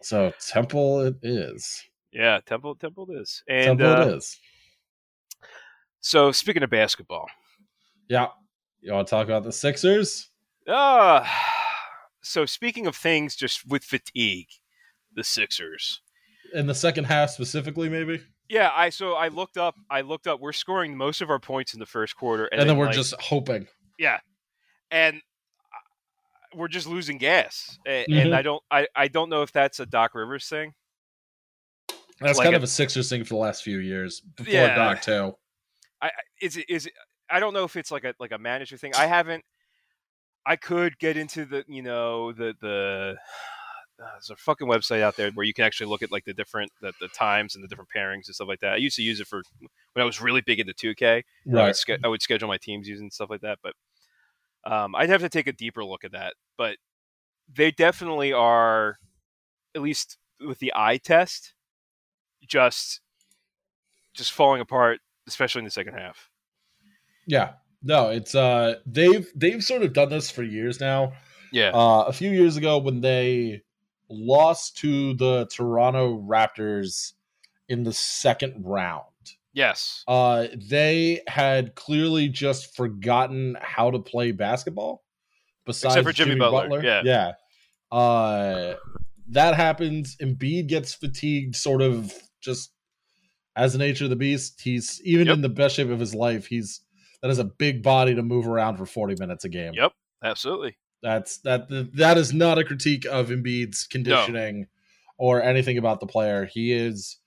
[SPEAKER 7] so Temple it is.
[SPEAKER 8] yeah, Temple Temple it is. And
[SPEAKER 7] Temple
[SPEAKER 8] uh,
[SPEAKER 7] it is.
[SPEAKER 8] so speaking of basketball,
[SPEAKER 7] Yeah. You want to talk about the Sixers?
[SPEAKER 8] uh, so speaking of things just with fatigue, the Sixers.
[SPEAKER 7] In the second half specifically, maybe?
[SPEAKER 8] Yeah, I so I looked up. I looked up. We're scoring most of our points in the first quarter, and,
[SPEAKER 7] And, then we're
[SPEAKER 8] like,
[SPEAKER 7] just hoping.
[SPEAKER 8] and uh, we're just losing gas. A- And,
[SPEAKER 7] Mhm.
[SPEAKER 8] I don't. I, I don't know if that's a Doc Rivers thing.
[SPEAKER 7] That's
[SPEAKER 8] like
[SPEAKER 7] kind
[SPEAKER 8] a-
[SPEAKER 7] of a Sixers thing for the last few years before
[SPEAKER 8] Yeah.
[SPEAKER 7] Doc too.
[SPEAKER 8] is it is it, I don't know if it's like a like a manager thing. I haven't. I could get into the you know the the uh, there's a fucking website out there where you can actually look at like the different the, the times and the different pairings and stuff like that. I used to use it for when I was really big into 2K. I, would
[SPEAKER 7] Right.
[SPEAKER 8] sch- I would schedule my teams using stuff like that, but um, I'd have to take a deeper look at that. But they definitely are, at least with the eye test, just just falling apart, especially in the second half.
[SPEAKER 7] Yeah. No, it's uh they've they've sort of done this for years now.
[SPEAKER 8] Yeah.
[SPEAKER 7] Uh a few years ago when they lost to the Toronto Raptors in the second round.
[SPEAKER 8] yes.
[SPEAKER 7] uh, they had clearly just forgotten how to play basketball. Besides
[SPEAKER 8] Except for Jimmy Butler,
[SPEAKER 7] yeah, yeah. Uh, that happens. Embiid gets fatigued, sort of just as the nature of the beast. He's even
[SPEAKER 8] Yep.
[SPEAKER 7] in the best shape of his life. He's that is a big body to move around for forty minutes a game.
[SPEAKER 8] Yep. Absolutely.
[SPEAKER 7] That's that that is not a critique of Embiid's conditioning or anything about the player. He is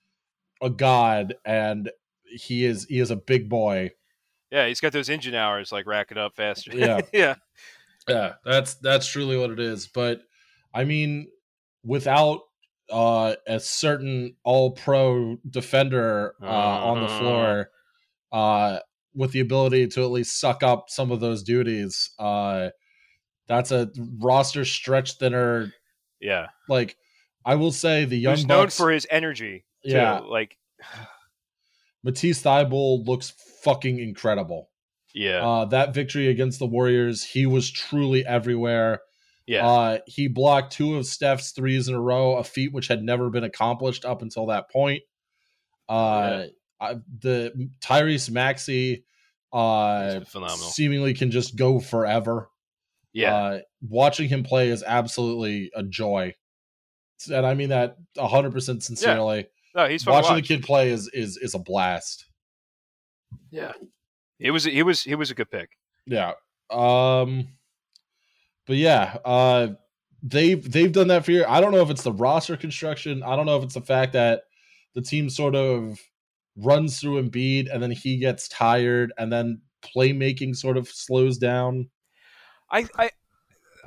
[SPEAKER 7] a god and he is he is a big boy.
[SPEAKER 8] Yeah, he's got those engine hours like racking up faster.
[SPEAKER 7] Yeah.
[SPEAKER 8] yeah.
[SPEAKER 7] Yeah, that's that's truly what it is. But I mean, without uh a certain all pro defender uh, on the
[SPEAKER 8] Uh-huh.
[SPEAKER 7] floor uh with the ability to at least suck up some of those duties, uh that's a roster stretch thinner
[SPEAKER 8] Yeah.
[SPEAKER 7] like I will say the young
[SPEAKER 8] He's known
[SPEAKER 7] Bucks,
[SPEAKER 8] for his energy. Too.
[SPEAKER 7] yeah,
[SPEAKER 8] Like
[SPEAKER 7] Matisse Thibault looks fucking incredible.
[SPEAKER 8] yeah.
[SPEAKER 7] Uh, that victory against the Warriors, he was truly everywhere.
[SPEAKER 8] yeah.
[SPEAKER 7] Uh, he blocked two of Steph's threes in a row, a feat which had never been accomplished up until that point. Uh, I, the Tyrese Maxey, uh,
[SPEAKER 8] He's phenomenal.
[SPEAKER 7] seemingly can just go forever.
[SPEAKER 8] yeah.
[SPEAKER 7] Uh, watching him play is absolutely a joy. And I mean that 100% sincerely.
[SPEAKER 8] no, he's fun to
[SPEAKER 7] watching
[SPEAKER 8] watch.
[SPEAKER 7] the kid play is is is a blast.
[SPEAKER 8] Yeah. He was he was he was a good pick.
[SPEAKER 7] Yeah. Um but yeah, uh they've they've done that for year. I don't know if it's the roster construction. I don't know if it's the fact that the team sort of runs through Embiid and then he gets tired and then playmaking sort of slows down.
[SPEAKER 8] I, I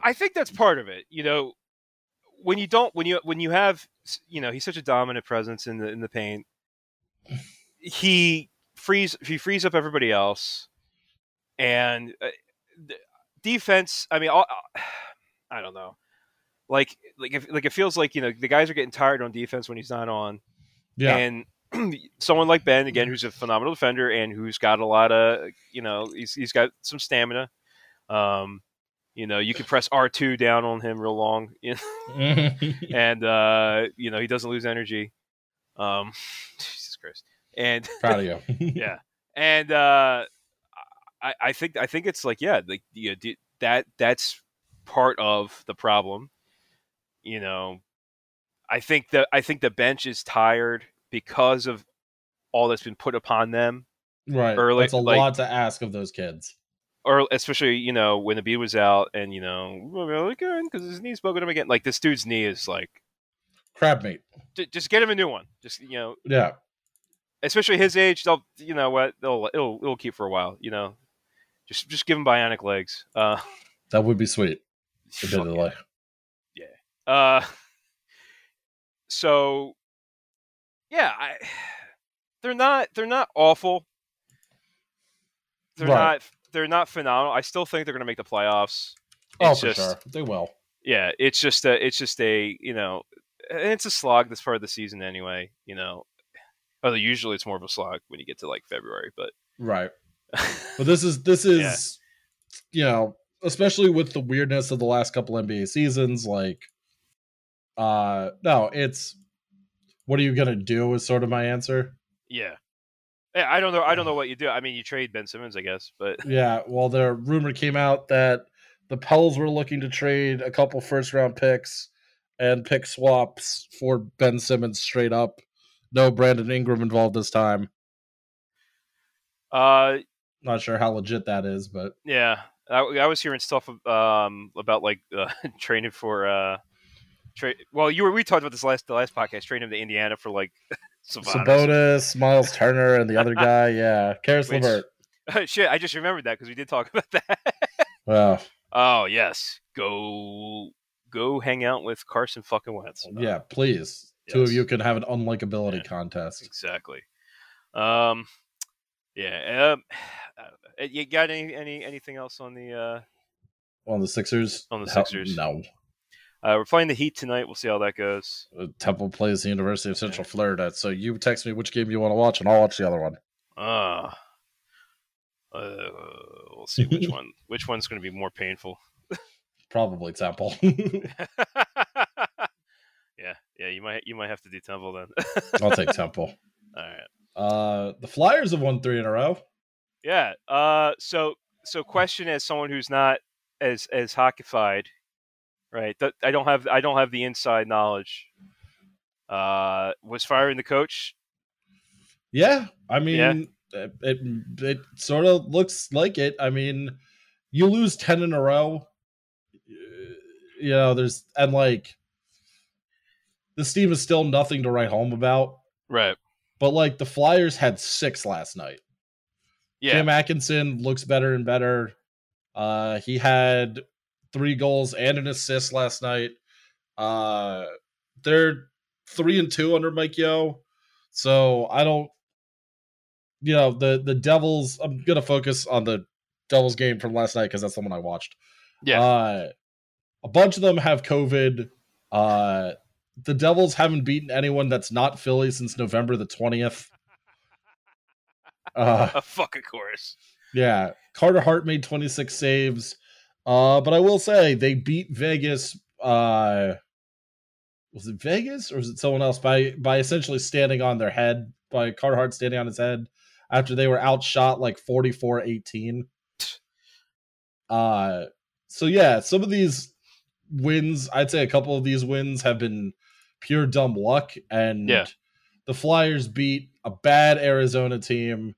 [SPEAKER 8] I think that's part of it. You know, when you don't when you when you have you know he's such a dominant presence in the in the paint. He frees he frees up everybody else, and uh, d- defense. I mean, all, I don't know. Like like if, like it feels like you know the guys are getting tired on defense when he's not on.
[SPEAKER 7] Yeah.
[SPEAKER 8] And someone like Ben, again, who's a phenomenal defender and who's got a lot of, you know, he's, he's got some stamina. Um, You know, you could press R two down on him real long, you know, and uh, you know he doesn't lose energy. Um, Jesus Christ! And
[SPEAKER 7] Proud of you.
[SPEAKER 8] yeah, and uh, I, I think I think it's like yeah, like you know, d- that that's part of the problem. You know, I think the I think the bench is tired because of all that's been put upon them
[SPEAKER 7] right.
[SPEAKER 8] Early,
[SPEAKER 7] That's a
[SPEAKER 8] like-
[SPEAKER 7] lot to ask of those kids.
[SPEAKER 8] or especially you know when the bee was out and you know because his knee's bugging him again. Like this dude's knee is like
[SPEAKER 7] Crab meat.
[SPEAKER 8] "J- just get him a new one. Just you know,
[SPEAKER 7] Yeah.
[SPEAKER 8] especially his age, they'll you know what they'll it'll it'll keep for a while. You know, just just give him bionic legs. Uh,
[SPEAKER 7] That would be sweet.
[SPEAKER 8] fuck yeah.
[SPEAKER 7] Admittedly.
[SPEAKER 8] Uh, so yeah, I, they're not they're not awful. They're
[SPEAKER 7] Right.
[SPEAKER 8] not they're not phenomenal. I still think they're going to make the playoffs.
[SPEAKER 7] Oh,
[SPEAKER 8] It's
[SPEAKER 7] for
[SPEAKER 8] just-
[SPEAKER 7] sure. They will.
[SPEAKER 8] yeah, it's just a, it's just a, you know, and it's a slog this part of the season anyway. You know, although usually it's more of a slog when you get to like February, but
[SPEAKER 7] Right. But this is this is you know, especially with the weirdness of the last couple NBA seasons, like uh no, it's what are you gonna do is sort of my answer.
[SPEAKER 8] yeah, yeah. I don't know. I don't know what you do. I mean, you trade Ben Simmons, I guess, but
[SPEAKER 7] Yeah, well the rumor came out that the Pels were looking to trade a couple first round picks and pick swaps for Ben Simmons straight up. No Brandon Ingram involved this time.
[SPEAKER 8] uh,
[SPEAKER 7] Not sure how legit that is, but
[SPEAKER 8] yeah. I, I was hearing stuff um about like uh, training for uh, trade. Well, you were we talked about this last the last podcast. Training him to Indiana for like Sabonis.
[SPEAKER 7] Sabonis, Miles Turner, and the other guy, yeah, Karis
[SPEAKER 8] Which-
[SPEAKER 7] LeVert.
[SPEAKER 8] Shit, I just remembered that because we did talk about that.
[SPEAKER 7] Well,
[SPEAKER 8] Oh yes, go go hang out with Carson fucking Wentz. Uh,
[SPEAKER 7] yeah, please. Two of
[SPEAKER 8] yes.
[SPEAKER 7] you can have an unlikability contest.
[SPEAKER 8] exactly. Um, yeah. Um, I don't know. Uh, you got any any anything else on the? Uh,
[SPEAKER 7] On the Sixers?
[SPEAKER 8] On the
[SPEAKER 7] Hell,
[SPEAKER 8] Sixers.
[SPEAKER 7] No.
[SPEAKER 8] uh, we're playing the Heat tonight. We'll see how that goes.
[SPEAKER 7] Uh, Temple plays the University of Central Florida. So you text me which game you want to watch, and I'll watch the other one.
[SPEAKER 8] Uh, uh we'll see which one which one's going to be more painful.
[SPEAKER 7] Probably Temple.
[SPEAKER 8] yeah, yeah. You might you might have to do Temple then.
[SPEAKER 7] I'll take Temple.
[SPEAKER 8] All right.
[SPEAKER 7] Uh, the Flyers have won three in a row.
[SPEAKER 8] Yeah. Uh. So so question as someone who's not as as hockeyfied, right? Th- I don't have I don't have the inside knowledge. Uh, was firing the coach?
[SPEAKER 7] Yeah, I
[SPEAKER 8] Yeah.
[SPEAKER 7] mean, It, it it sort of looks like it. I mean, you lose ten in a row, you know. There's and like this team is still nothing to write home about.
[SPEAKER 8] Right.
[SPEAKER 7] But like the Flyers had six last night.
[SPEAKER 8] Yeah.
[SPEAKER 7] Cam Atkinson looks better and better. Uh, he had three goals and an assist last night. Uh, they're three and two under Mike Yo, so I don't. You know the the Devils. I'm gonna focus on the Devils game from last night because that's the one I watched.
[SPEAKER 8] Yeah.
[SPEAKER 7] Uh, a bunch of them have COVID. Uh, the Devils haven't beaten anyone that's not Philly since November the twentieth. Uh,
[SPEAKER 8] A fucking course.
[SPEAKER 7] yeah. Carter Hart made 26 saves. Uh, but I will say they beat Vegas. Uh, was it Vegas or was it someone else by by essentially standing on their head by Carter Hart standing on his head after they were outshot like 44-18. Uh, so yeah, some of these wins, I'd say a couple of these wins have been pure dumb luck and
[SPEAKER 8] Yeah.
[SPEAKER 7] the Flyers beat a bad Arizona team.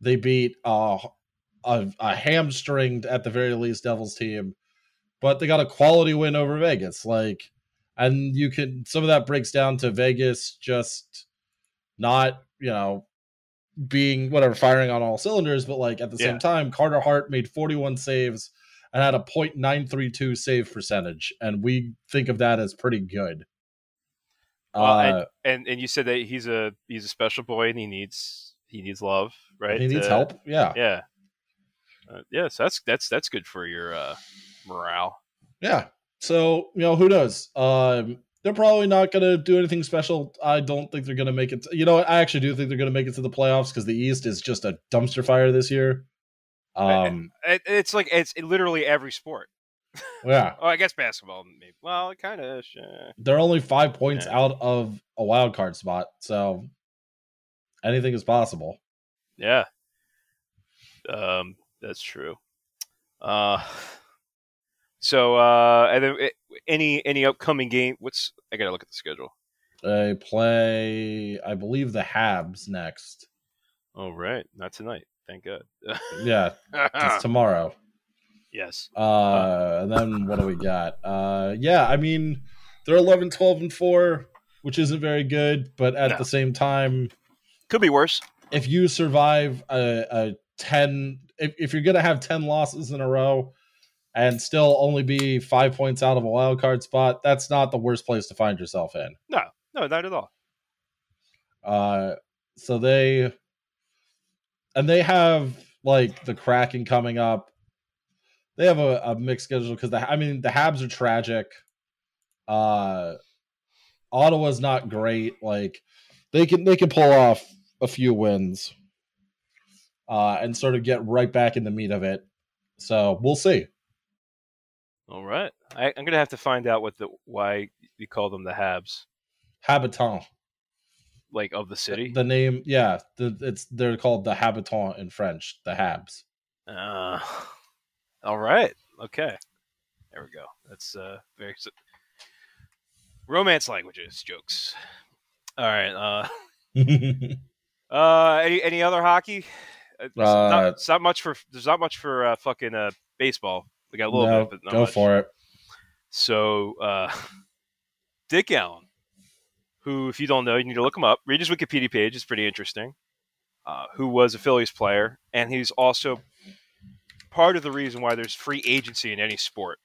[SPEAKER 7] They beat uh, a, a hamstringed at the very least Devils team, but they got a quality win over Vegas. Like, and you can some of that breaks down to Vegas just not you know being whatever firing on all cylinders, but like at the
[SPEAKER 8] Yeah.
[SPEAKER 7] same time, Carter Hart made 41 saves and had a .932 save percentage, and we think of that as pretty good.
[SPEAKER 8] Well,
[SPEAKER 7] uh,
[SPEAKER 8] and- And and you said that he's a he's a special boy and he needs he needs love, right?
[SPEAKER 7] he needs
[SPEAKER 8] Uh,
[SPEAKER 7] help. Yeah.
[SPEAKER 8] Yeah. Uh, yeah. So that's that's that's good for your uh, morale.
[SPEAKER 7] Yeah. So, you know, who knows? Um, they're probably not going to do anything special. I don't think they're going to make it. You know, what? I actually do think they're going to make it to the playoffs because the East is just a dumpster fire this year. Um,
[SPEAKER 8] It, it's like it's literally every sport.
[SPEAKER 7] Yeah.
[SPEAKER 8] Oh, I guess basketball. Maybe. Well, it kind of. Uh,
[SPEAKER 7] They're only five points
[SPEAKER 8] Yeah.
[SPEAKER 7] out of a wild card spot, so anything is possible.
[SPEAKER 8] yeah. Um, that's true. Uh, so uh, and then eh, any any upcoming game? What's I gotta look at the schedule.
[SPEAKER 7] They play, I believe, the Habs next.
[SPEAKER 8] All Oh, right, not tonight. Thank God.
[SPEAKER 7] Yeah,
[SPEAKER 8] Ah.
[SPEAKER 7] it's tomorrow.
[SPEAKER 8] yes.
[SPEAKER 7] Uh, and then what do we got? Uh, yeah, I mean, they're 11, 12, and 4, which isn't very good, but at
[SPEAKER 8] No.
[SPEAKER 7] the same time,
[SPEAKER 8] Could be worse.
[SPEAKER 7] if you survive a, a 10, if, if you're going to have 10 losses in a row and still only be five points out of a wild card spot, that's not the worst place to find yourself in.
[SPEAKER 8] No, not at all.
[SPEAKER 7] Uh, so they and they have like the Kraken coming up. They have a, a mixed schedule because the I mean the Habs are tragic. Uh, Ottawa's not great. Like they can they can pull off a few wins, uh, and sort of get right back in the meat of it. So we'll see.
[SPEAKER 8] All right. I, I'm gonna have to find out what the why you call them the Habs,
[SPEAKER 7] Habitant,
[SPEAKER 8] like of the city.
[SPEAKER 7] the name, yeah, the, it's they're called the Habitant in French, the Habs.
[SPEAKER 8] Uh, all right. Okay. There we go. That's uh, very s- romance languages jokes. All right. Uh, uh, any any other hockey? Uh, it's not,
[SPEAKER 7] Uh,
[SPEAKER 8] it's not much for there's not much for uh, fucking uh, baseball. We got a little
[SPEAKER 7] No,
[SPEAKER 8] bit, but not
[SPEAKER 7] go
[SPEAKER 8] much.
[SPEAKER 7] for it.
[SPEAKER 8] So, uh, Dick Allen, who, if you don't know, you need to look him up. Read his Wikipedia page; it's pretty interesting. Uh, who was a Phillies player, and he's also part of the reason why there's free agency in any sport.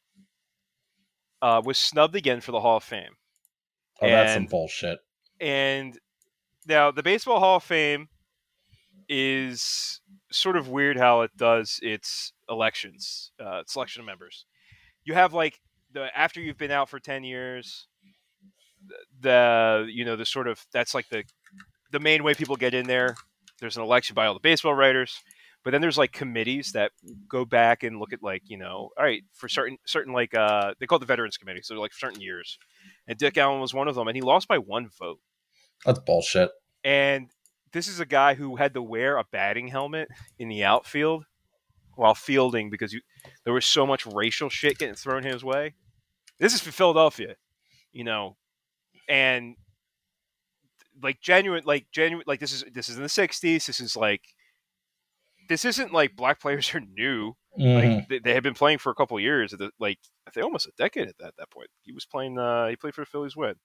[SPEAKER 8] Uh, was snubbed again for the Hall of Fame,
[SPEAKER 7] Oh, that's some
[SPEAKER 8] And-
[SPEAKER 7] bullshit.
[SPEAKER 8] and now the Baseball Hall of Fame is sort of weird how it does its elections, uh, selection of members. You have like the after you've been out for ten years, the you know the sort of that's like the the main way people get in there. There's an election by all the baseball writers, but then there's like committees that go back and look at like you know all right for certain certain like uh they call it the veterans committee so like certain years, and Dick Allen was one of them, and he lost by one vote.
[SPEAKER 7] That's bullshit.
[SPEAKER 8] And this is a guy who had to wear a batting helmet in the outfield while fielding because you, there was so much racial shit getting thrown his way. This is for Philadelphia, you know, and like genuine, like genuine, like this is this is in the '60s. This is like this isn't like black players are new.
[SPEAKER 7] Mhm.
[SPEAKER 8] Like they, they had been playing for a couple of years, at the, like I think almost a decade at that, at that point. He was playing. Uh, he played for the Phillies when,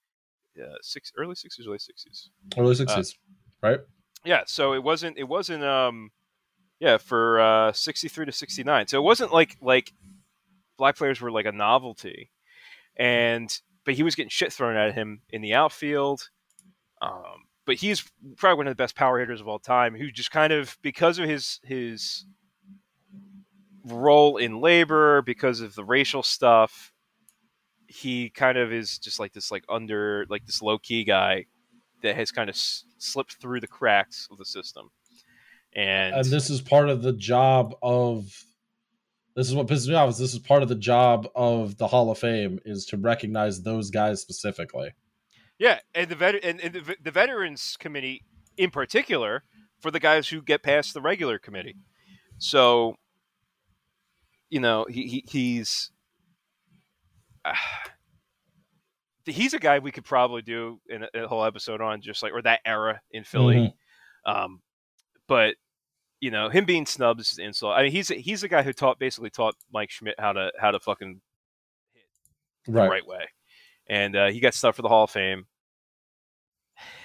[SPEAKER 8] yeah, six early '60s, late '60s.
[SPEAKER 7] Early
[SPEAKER 8] uh,
[SPEAKER 7] sixties, right?
[SPEAKER 8] Yeah, so it wasn't it wasn't um yeah, for uh 63 to 69. So it wasn't like like black players were like a novelty. And but he was getting shit thrown at him in the outfield. Um but he's probably one of the best power hitters of all time who just kind of because of his his role in labor because of the racial stuff he kind of is just like this like under like this low key guy that has kind of s- slipped through the cracks of the system and,
[SPEAKER 7] And this is part of the job of. This is what pisses me off. Is this is part of the job of the Hall of Fame is to recognize those guys specifically.
[SPEAKER 8] yeah and the vet- and, and the, ve- the veterans committee in particular for the guys who get past the regular committee so you know he, he he's ah, he's a guy we could probably do in a, a whole episode on just like or that era in Philly
[SPEAKER 7] Mhm.
[SPEAKER 8] Um, but you know, him being snubbed is an insult. I mean, he's he's the guy who taught basically taught Mike Schmidt how to how to fucking
[SPEAKER 7] Right.
[SPEAKER 8] the right way, and uh, he got snubbed for the Hall of Fame.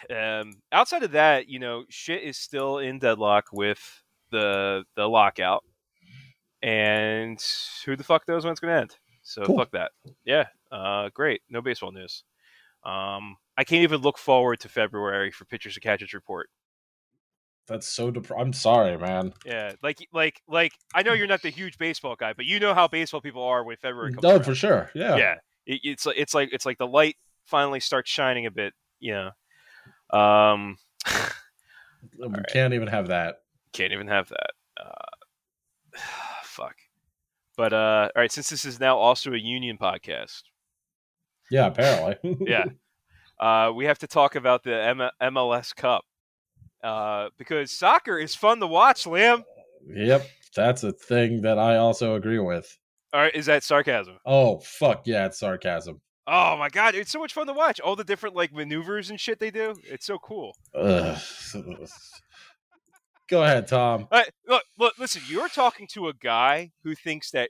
[SPEAKER 8] Um, outside of that, you know, shit is still in deadlock with the the lockout, and who the fuck knows when it's gonna end? So
[SPEAKER 7] Cool.
[SPEAKER 8] fuck that. Yeah, uh, great. No baseball news. Um, I can't even look forward to February for pitchers and catchers report.
[SPEAKER 7] That's so. Dep- I'm sorry, man.
[SPEAKER 8] Yeah, like like like I know you're not the huge baseball guy, but you know how baseball people are when February comes.
[SPEAKER 7] No,
[SPEAKER 8] around.
[SPEAKER 7] for sure. Yeah.
[SPEAKER 8] Yeah, It- it's like it's like it's like the light finally starts shining a bit. You know, um,
[SPEAKER 7] we
[SPEAKER 8] right.
[SPEAKER 7] can't even have that.
[SPEAKER 8] can't even have that. Uh, fuck. But uh, all right, since this is now also a union podcast,
[SPEAKER 7] Yeah, apparently.
[SPEAKER 8] yeah, uh, we have to talk about the M- MLS Cup uh, because soccer is fun to watch. Liam,
[SPEAKER 7] yep. That's a thing that I also agree with.
[SPEAKER 8] all right, is that sarcasm?
[SPEAKER 7] Oh fuck yeah, it's sarcasm.
[SPEAKER 8] Oh my god, it's so much fun to watch. All the different like maneuvers and shit they do. It's so cool.
[SPEAKER 7] Ugh. Go ahead, Tom.
[SPEAKER 8] All right, Uh, look, look, listen. You're talking to a guy who thinks that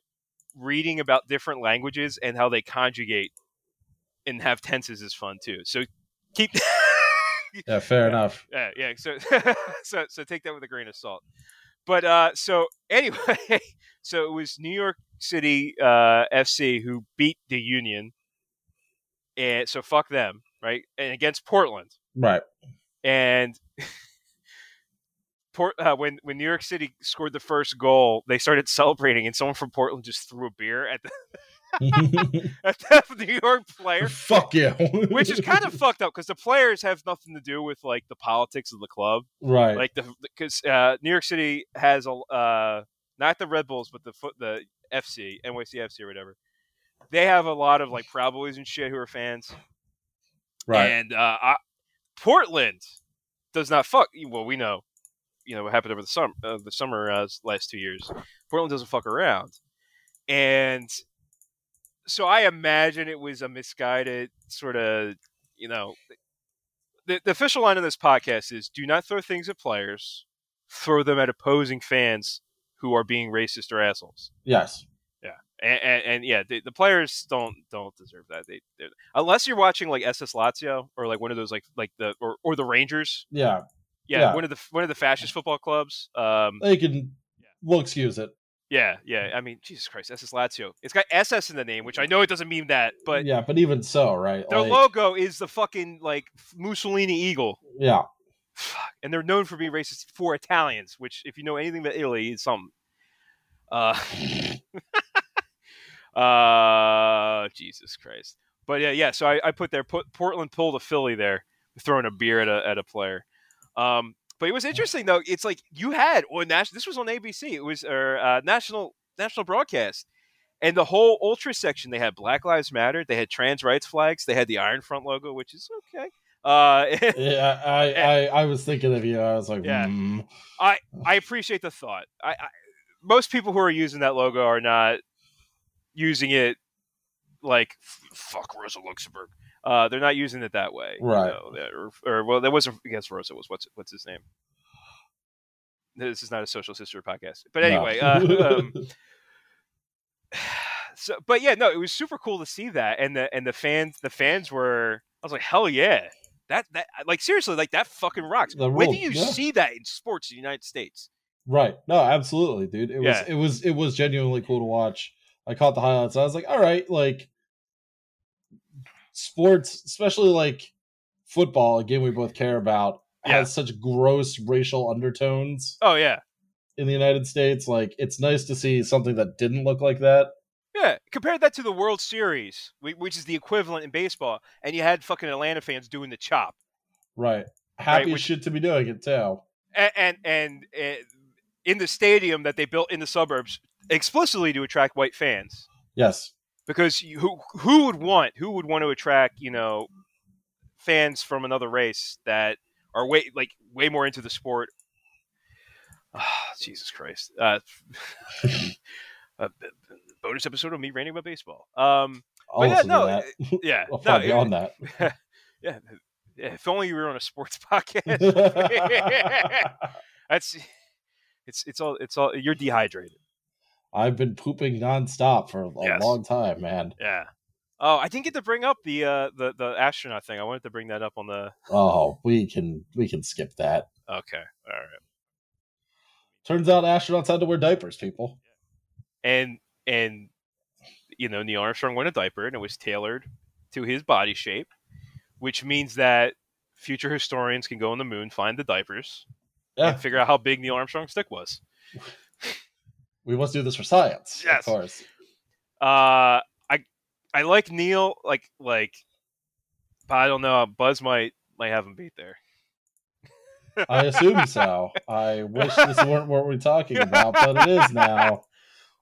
[SPEAKER 8] reading about different languages and how they conjugate and have tenses is fun too. So keep.
[SPEAKER 7] Yeah, fair enough.
[SPEAKER 8] yeah, yeah. So, so, so take that with a grain of salt. But uh, so anyway, so it was New York City uh, FC who beat the Union, and so fuck them, right? And against Portland,
[SPEAKER 7] Right.
[SPEAKER 8] and Port uh, when when New York City scored the first goal, they started celebrating, and someone from Portland just threw a beer at the, at the New York player
[SPEAKER 7] Fuck you.
[SPEAKER 8] which is kind of fucked up because the players have nothing to do with like the politics of the club.
[SPEAKER 7] right.
[SPEAKER 8] Like the because uh, New York City has a uh, not the Red Bulls but the foot the FC NYCFC or whatever. They have a lot of like Proud Boys and shit who are fans,
[SPEAKER 7] right.
[SPEAKER 8] And uh, I, Portland does not fuck. Well, we know, you know what happened over the summer, uh, the summer uh, last two years. Portland doesn't fuck around, and so I imagine it was a misguided sort of, you know, the, the official line of this podcast is: do not throw things at players, throw them at opposing fans who are being racist or assholes
[SPEAKER 7] yes.
[SPEAKER 8] and, and, and yeah, the, the players don't don't deserve that. They they're- unless you're watching like SS Lazio or like one of those like like the or, or the Rangers.
[SPEAKER 7] Yeah.
[SPEAKER 8] Yeah,
[SPEAKER 7] Yeah.
[SPEAKER 8] one of the one of the fascist football clubs. Um,
[SPEAKER 7] They can we'll excuse it.
[SPEAKER 8] yeah, yeah. I mean, Jesus Christ, SS Lazio. It's got SS in the name, which I know it doesn't mean that, but
[SPEAKER 7] yeah, but even so, right?
[SPEAKER 8] their
[SPEAKER 7] like-
[SPEAKER 8] logo is the fucking like Mussolini eagle,
[SPEAKER 7] yeah.
[SPEAKER 8] and they're known for being racist for Italians, which if you know anything about Italy, is something. Uh, uh, Jesus Christ. But yeah, yeah. So I, I put there put Portland pulled a Philly there, throwing a beer at a at a player. Um, but it was interesting though. It's like you had on national. This was on ABC. It was or uh, national national broadcast, and the whole ultra section. They had Black Lives Matter. They had trans rights flags. They had the Iron Front logo, which is okay. Uh,
[SPEAKER 7] Yeah, I, I, I was thinking of you. I was like,
[SPEAKER 8] Yeah.
[SPEAKER 7] hmm.
[SPEAKER 8] I appreciate the thought. I, I most people who are using that logo are not using it like "F- fuck Rosa Luxemburg. Uh, they're not using it that way, you
[SPEAKER 7] Right.
[SPEAKER 8] know, that- or, or well, that wasn't against Rosa. it Was what's what's his name? This is not a social sister podcast, but
[SPEAKER 7] no.
[SPEAKER 8] anyway. Uh, um, so, but yeah, no, it was super cool to see that, and the and the fans, the fans were. I was like, hell yeah, that that like seriously, like that fucking rocks.
[SPEAKER 7] The
[SPEAKER 8] When do
[SPEAKER 7] rules,
[SPEAKER 8] you
[SPEAKER 7] yeah.
[SPEAKER 8] see that in sports in the United States?
[SPEAKER 7] right. No, absolutely, dude. It
[SPEAKER 8] Yeah.
[SPEAKER 7] was, it was, it was genuinely cool to watch. I caught the highlights. I was like, all right, like sports, especially like football, a game we both care about,
[SPEAKER 8] Yeah.
[SPEAKER 7] has such gross racial undertones
[SPEAKER 8] Oh yeah,
[SPEAKER 7] in the United States. Like, it's nice to see something that didn't look like that.
[SPEAKER 8] Yeah, compare that to the World Series, whi- which is the equivalent in baseball, and you had fucking Atlanta fans doing the chop,
[SPEAKER 7] Right. Happy as
[SPEAKER 8] which-
[SPEAKER 7] shit to be doing it too.
[SPEAKER 8] and and, and, uh in the stadium that they built in the suburbs explicitly to attract white fans,
[SPEAKER 7] Yes.
[SPEAKER 8] because you, who who would want who would want to attract you know fans from another race that are way like way more into the sport. Ah, Jesus Christ! Uh, a b- b- bonus episode of me ranting about baseball. Um,
[SPEAKER 7] I'll
[SPEAKER 8] But yeah,
[SPEAKER 7] listen
[SPEAKER 8] no,
[SPEAKER 7] to that.
[SPEAKER 8] yeah,
[SPEAKER 7] I'll
[SPEAKER 8] no,
[SPEAKER 7] find
[SPEAKER 8] it-
[SPEAKER 7] beyond that.
[SPEAKER 8] yeah, yeah, if only we were on a sports podcast.
[SPEAKER 7] I've
[SPEAKER 8] That's it's it's all it's all you're dehydrated.
[SPEAKER 7] been pooping nonstop for a
[SPEAKER 8] Yes.
[SPEAKER 7] long time, man.
[SPEAKER 8] Yeah. Oh, I didn't get to bring up the uh the the astronaut thing. I wanted to bring that up on the
[SPEAKER 7] Oh, we can we can skip that.
[SPEAKER 8] Okay. All right.
[SPEAKER 7] Turns out astronauts had to wear diapers, people.
[SPEAKER 8] And and you know, Neil Armstrong went a diaper and it was tailored to his body shape, which means that future historians can go on the moon, find the diapers,
[SPEAKER 7] Yeah,
[SPEAKER 8] and figure out how big Neil Armstrong's dick was.
[SPEAKER 7] we must do this for science,
[SPEAKER 8] Yes.
[SPEAKER 7] of course.
[SPEAKER 8] Uh, I I like Neil, like like, but I don't know. Buzz might might have him beat there.
[SPEAKER 7] I assume so. I wish this weren't what we're talking about, but it is now.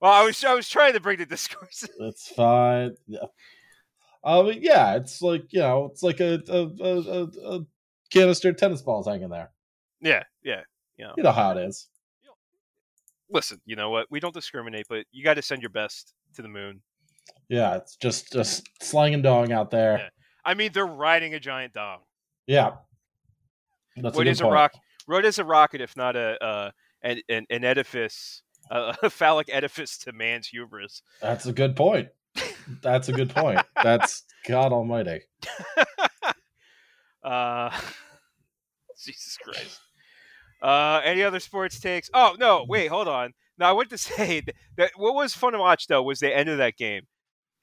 [SPEAKER 8] Well, I was I was trying to bring the discourse.
[SPEAKER 7] That's fine. Yeah. Um, yeah, it's like you know, it's like a a, a, a, a canister of tennis balls hanging there.
[SPEAKER 8] yeah, yeah.
[SPEAKER 7] You know how it is.
[SPEAKER 8] Listen, you know what? We don't discriminate, but you got to send your best to the moon.
[SPEAKER 7] Yeah, it's just just slang and dong out there.
[SPEAKER 8] I mean, they're riding a giant dong.
[SPEAKER 7] Yeah. That's
[SPEAKER 8] what
[SPEAKER 7] good
[SPEAKER 8] is a
[SPEAKER 7] point.
[SPEAKER 8] rock? What is a rocket if not a uh, an, an an edifice, a, a phallic edifice to man's hubris?
[SPEAKER 7] That's a good point. That's a good point. That's God Almighty.
[SPEAKER 8] Uh, Jesus Christ. Uh, any other sports takes? Oh no, wait, hold on. Now I want to say that, that what was fun to watch though was the end of that game,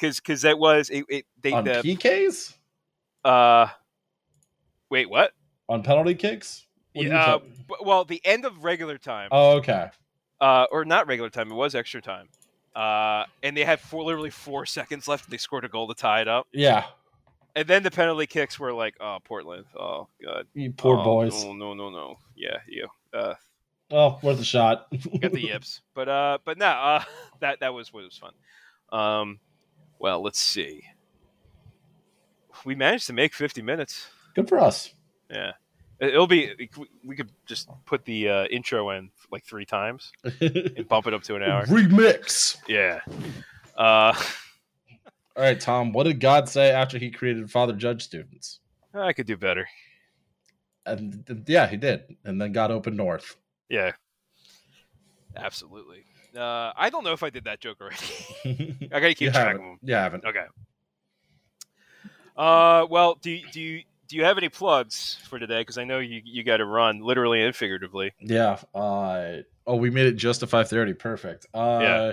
[SPEAKER 8] because because that was it. it they
[SPEAKER 7] On
[SPEAKER 8] the
[SPEAKER 7] PKs,
[SPEAKER 8] uh, wait, what?
[SPEAKER 7] on penalty kicks. What are you
[SPEAKER 8] Yeah, uh,
[SPEAKER 7] talking-
[SPEAKER 8] b- well, the end of regular time,
[SPEAKER 7] oh, okay.
[SPEAKER 8] uh, or not regular time. It was extra time, uh, and they had four, literally four seconds left. And they scored a goal to tie it up,
[SPEAKER 7] Yeah,
[SPEAKER 8] and then the penalty kicks were like, oh, Portland, oh god,
[SPEAKER 7] you poor
[SPEAKER 8] Oh,
[SPEAKER 7] boys.
[SPEAKER 8] no, no, no, no, yeah, you, uh,
[SPEAKER 7] Oh, worth a shot.
[SPEAKER 8] got the yips, but uh, but no, uh, that that was what was fun. Um, well, let's see. We managed to make fifty minutes.
[SPEAKER 7] Good for us.
[SPEAKER 8] Yeah, It- it'll be. We could just put the uh, intro in like three times. and bump it up to an hour.
[SPEAKER 7] Remix.
[SPEAKER 8] Yeah. Uh,
[SPEAKER 7] All right, Tom. What did God say after He created Father Judge students?
[SPEAKER 8] I could do better.
[SPEAKER 7] And th- yeah, He did. And then God opened north.
[SPEAKER 8] Yeah. Absolutely. Uh, I don't know if I did that joke already.
[SPEAKER 7] you
[SPEAKER 8] I gotta keep track of them.
[SPEAKER 7] haven't. You haven't.
[SPEAKER 8] Okay. Uh, well, do you- do you do you have any plugs for today? Because I know you you got to run, literally and figuratively.
[SPEAKER 7] Yeah. Uh, oh, we made it just to five thirty. Perfect. Uh,
[SPEAKER 8] Yeah.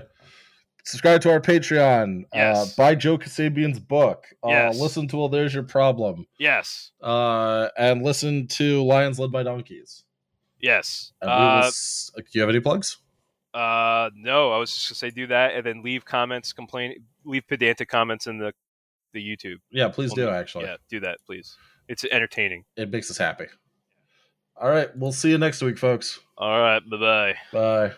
[SPEAKER 7] Subscribe to our Patreon.
[SPEAKER 8] Yes.
[SPEAKER 7] Uh, buy Joe Kasabian's book. Uh,
[SPEAKER 8] Yes.
[SPEAKER 7] Listen to Well, There's Your Problem.
[SPEAKER 8] Yes.
[SPEAKER 7] Uh, and listen to Lions Led by Donkeys.
[SPEAKER 8] Yes.
[SPEAKER 7] And we will
[SPEAKER 8] Uh,
[SPEAKER 7] s- do you have any plugs?
[SPEAKER 8] uh, no, I was just gonna say do that and then leave comments, complain, leave pedantic comments in the the YouTube.
[SPEAKER 7] Yeah, please
[SPEAKER 8] We'll do-
[SPEAKER 7] do, actually.
[SPEAKER 8] Yeah, do that, please. It's entertaining.
[SPEAKER 7] It makes us happy. All right. We'll see you next week, folks.
[SPEAKER 8] All right. Bye bye.
[SPEAKER 7] Bye.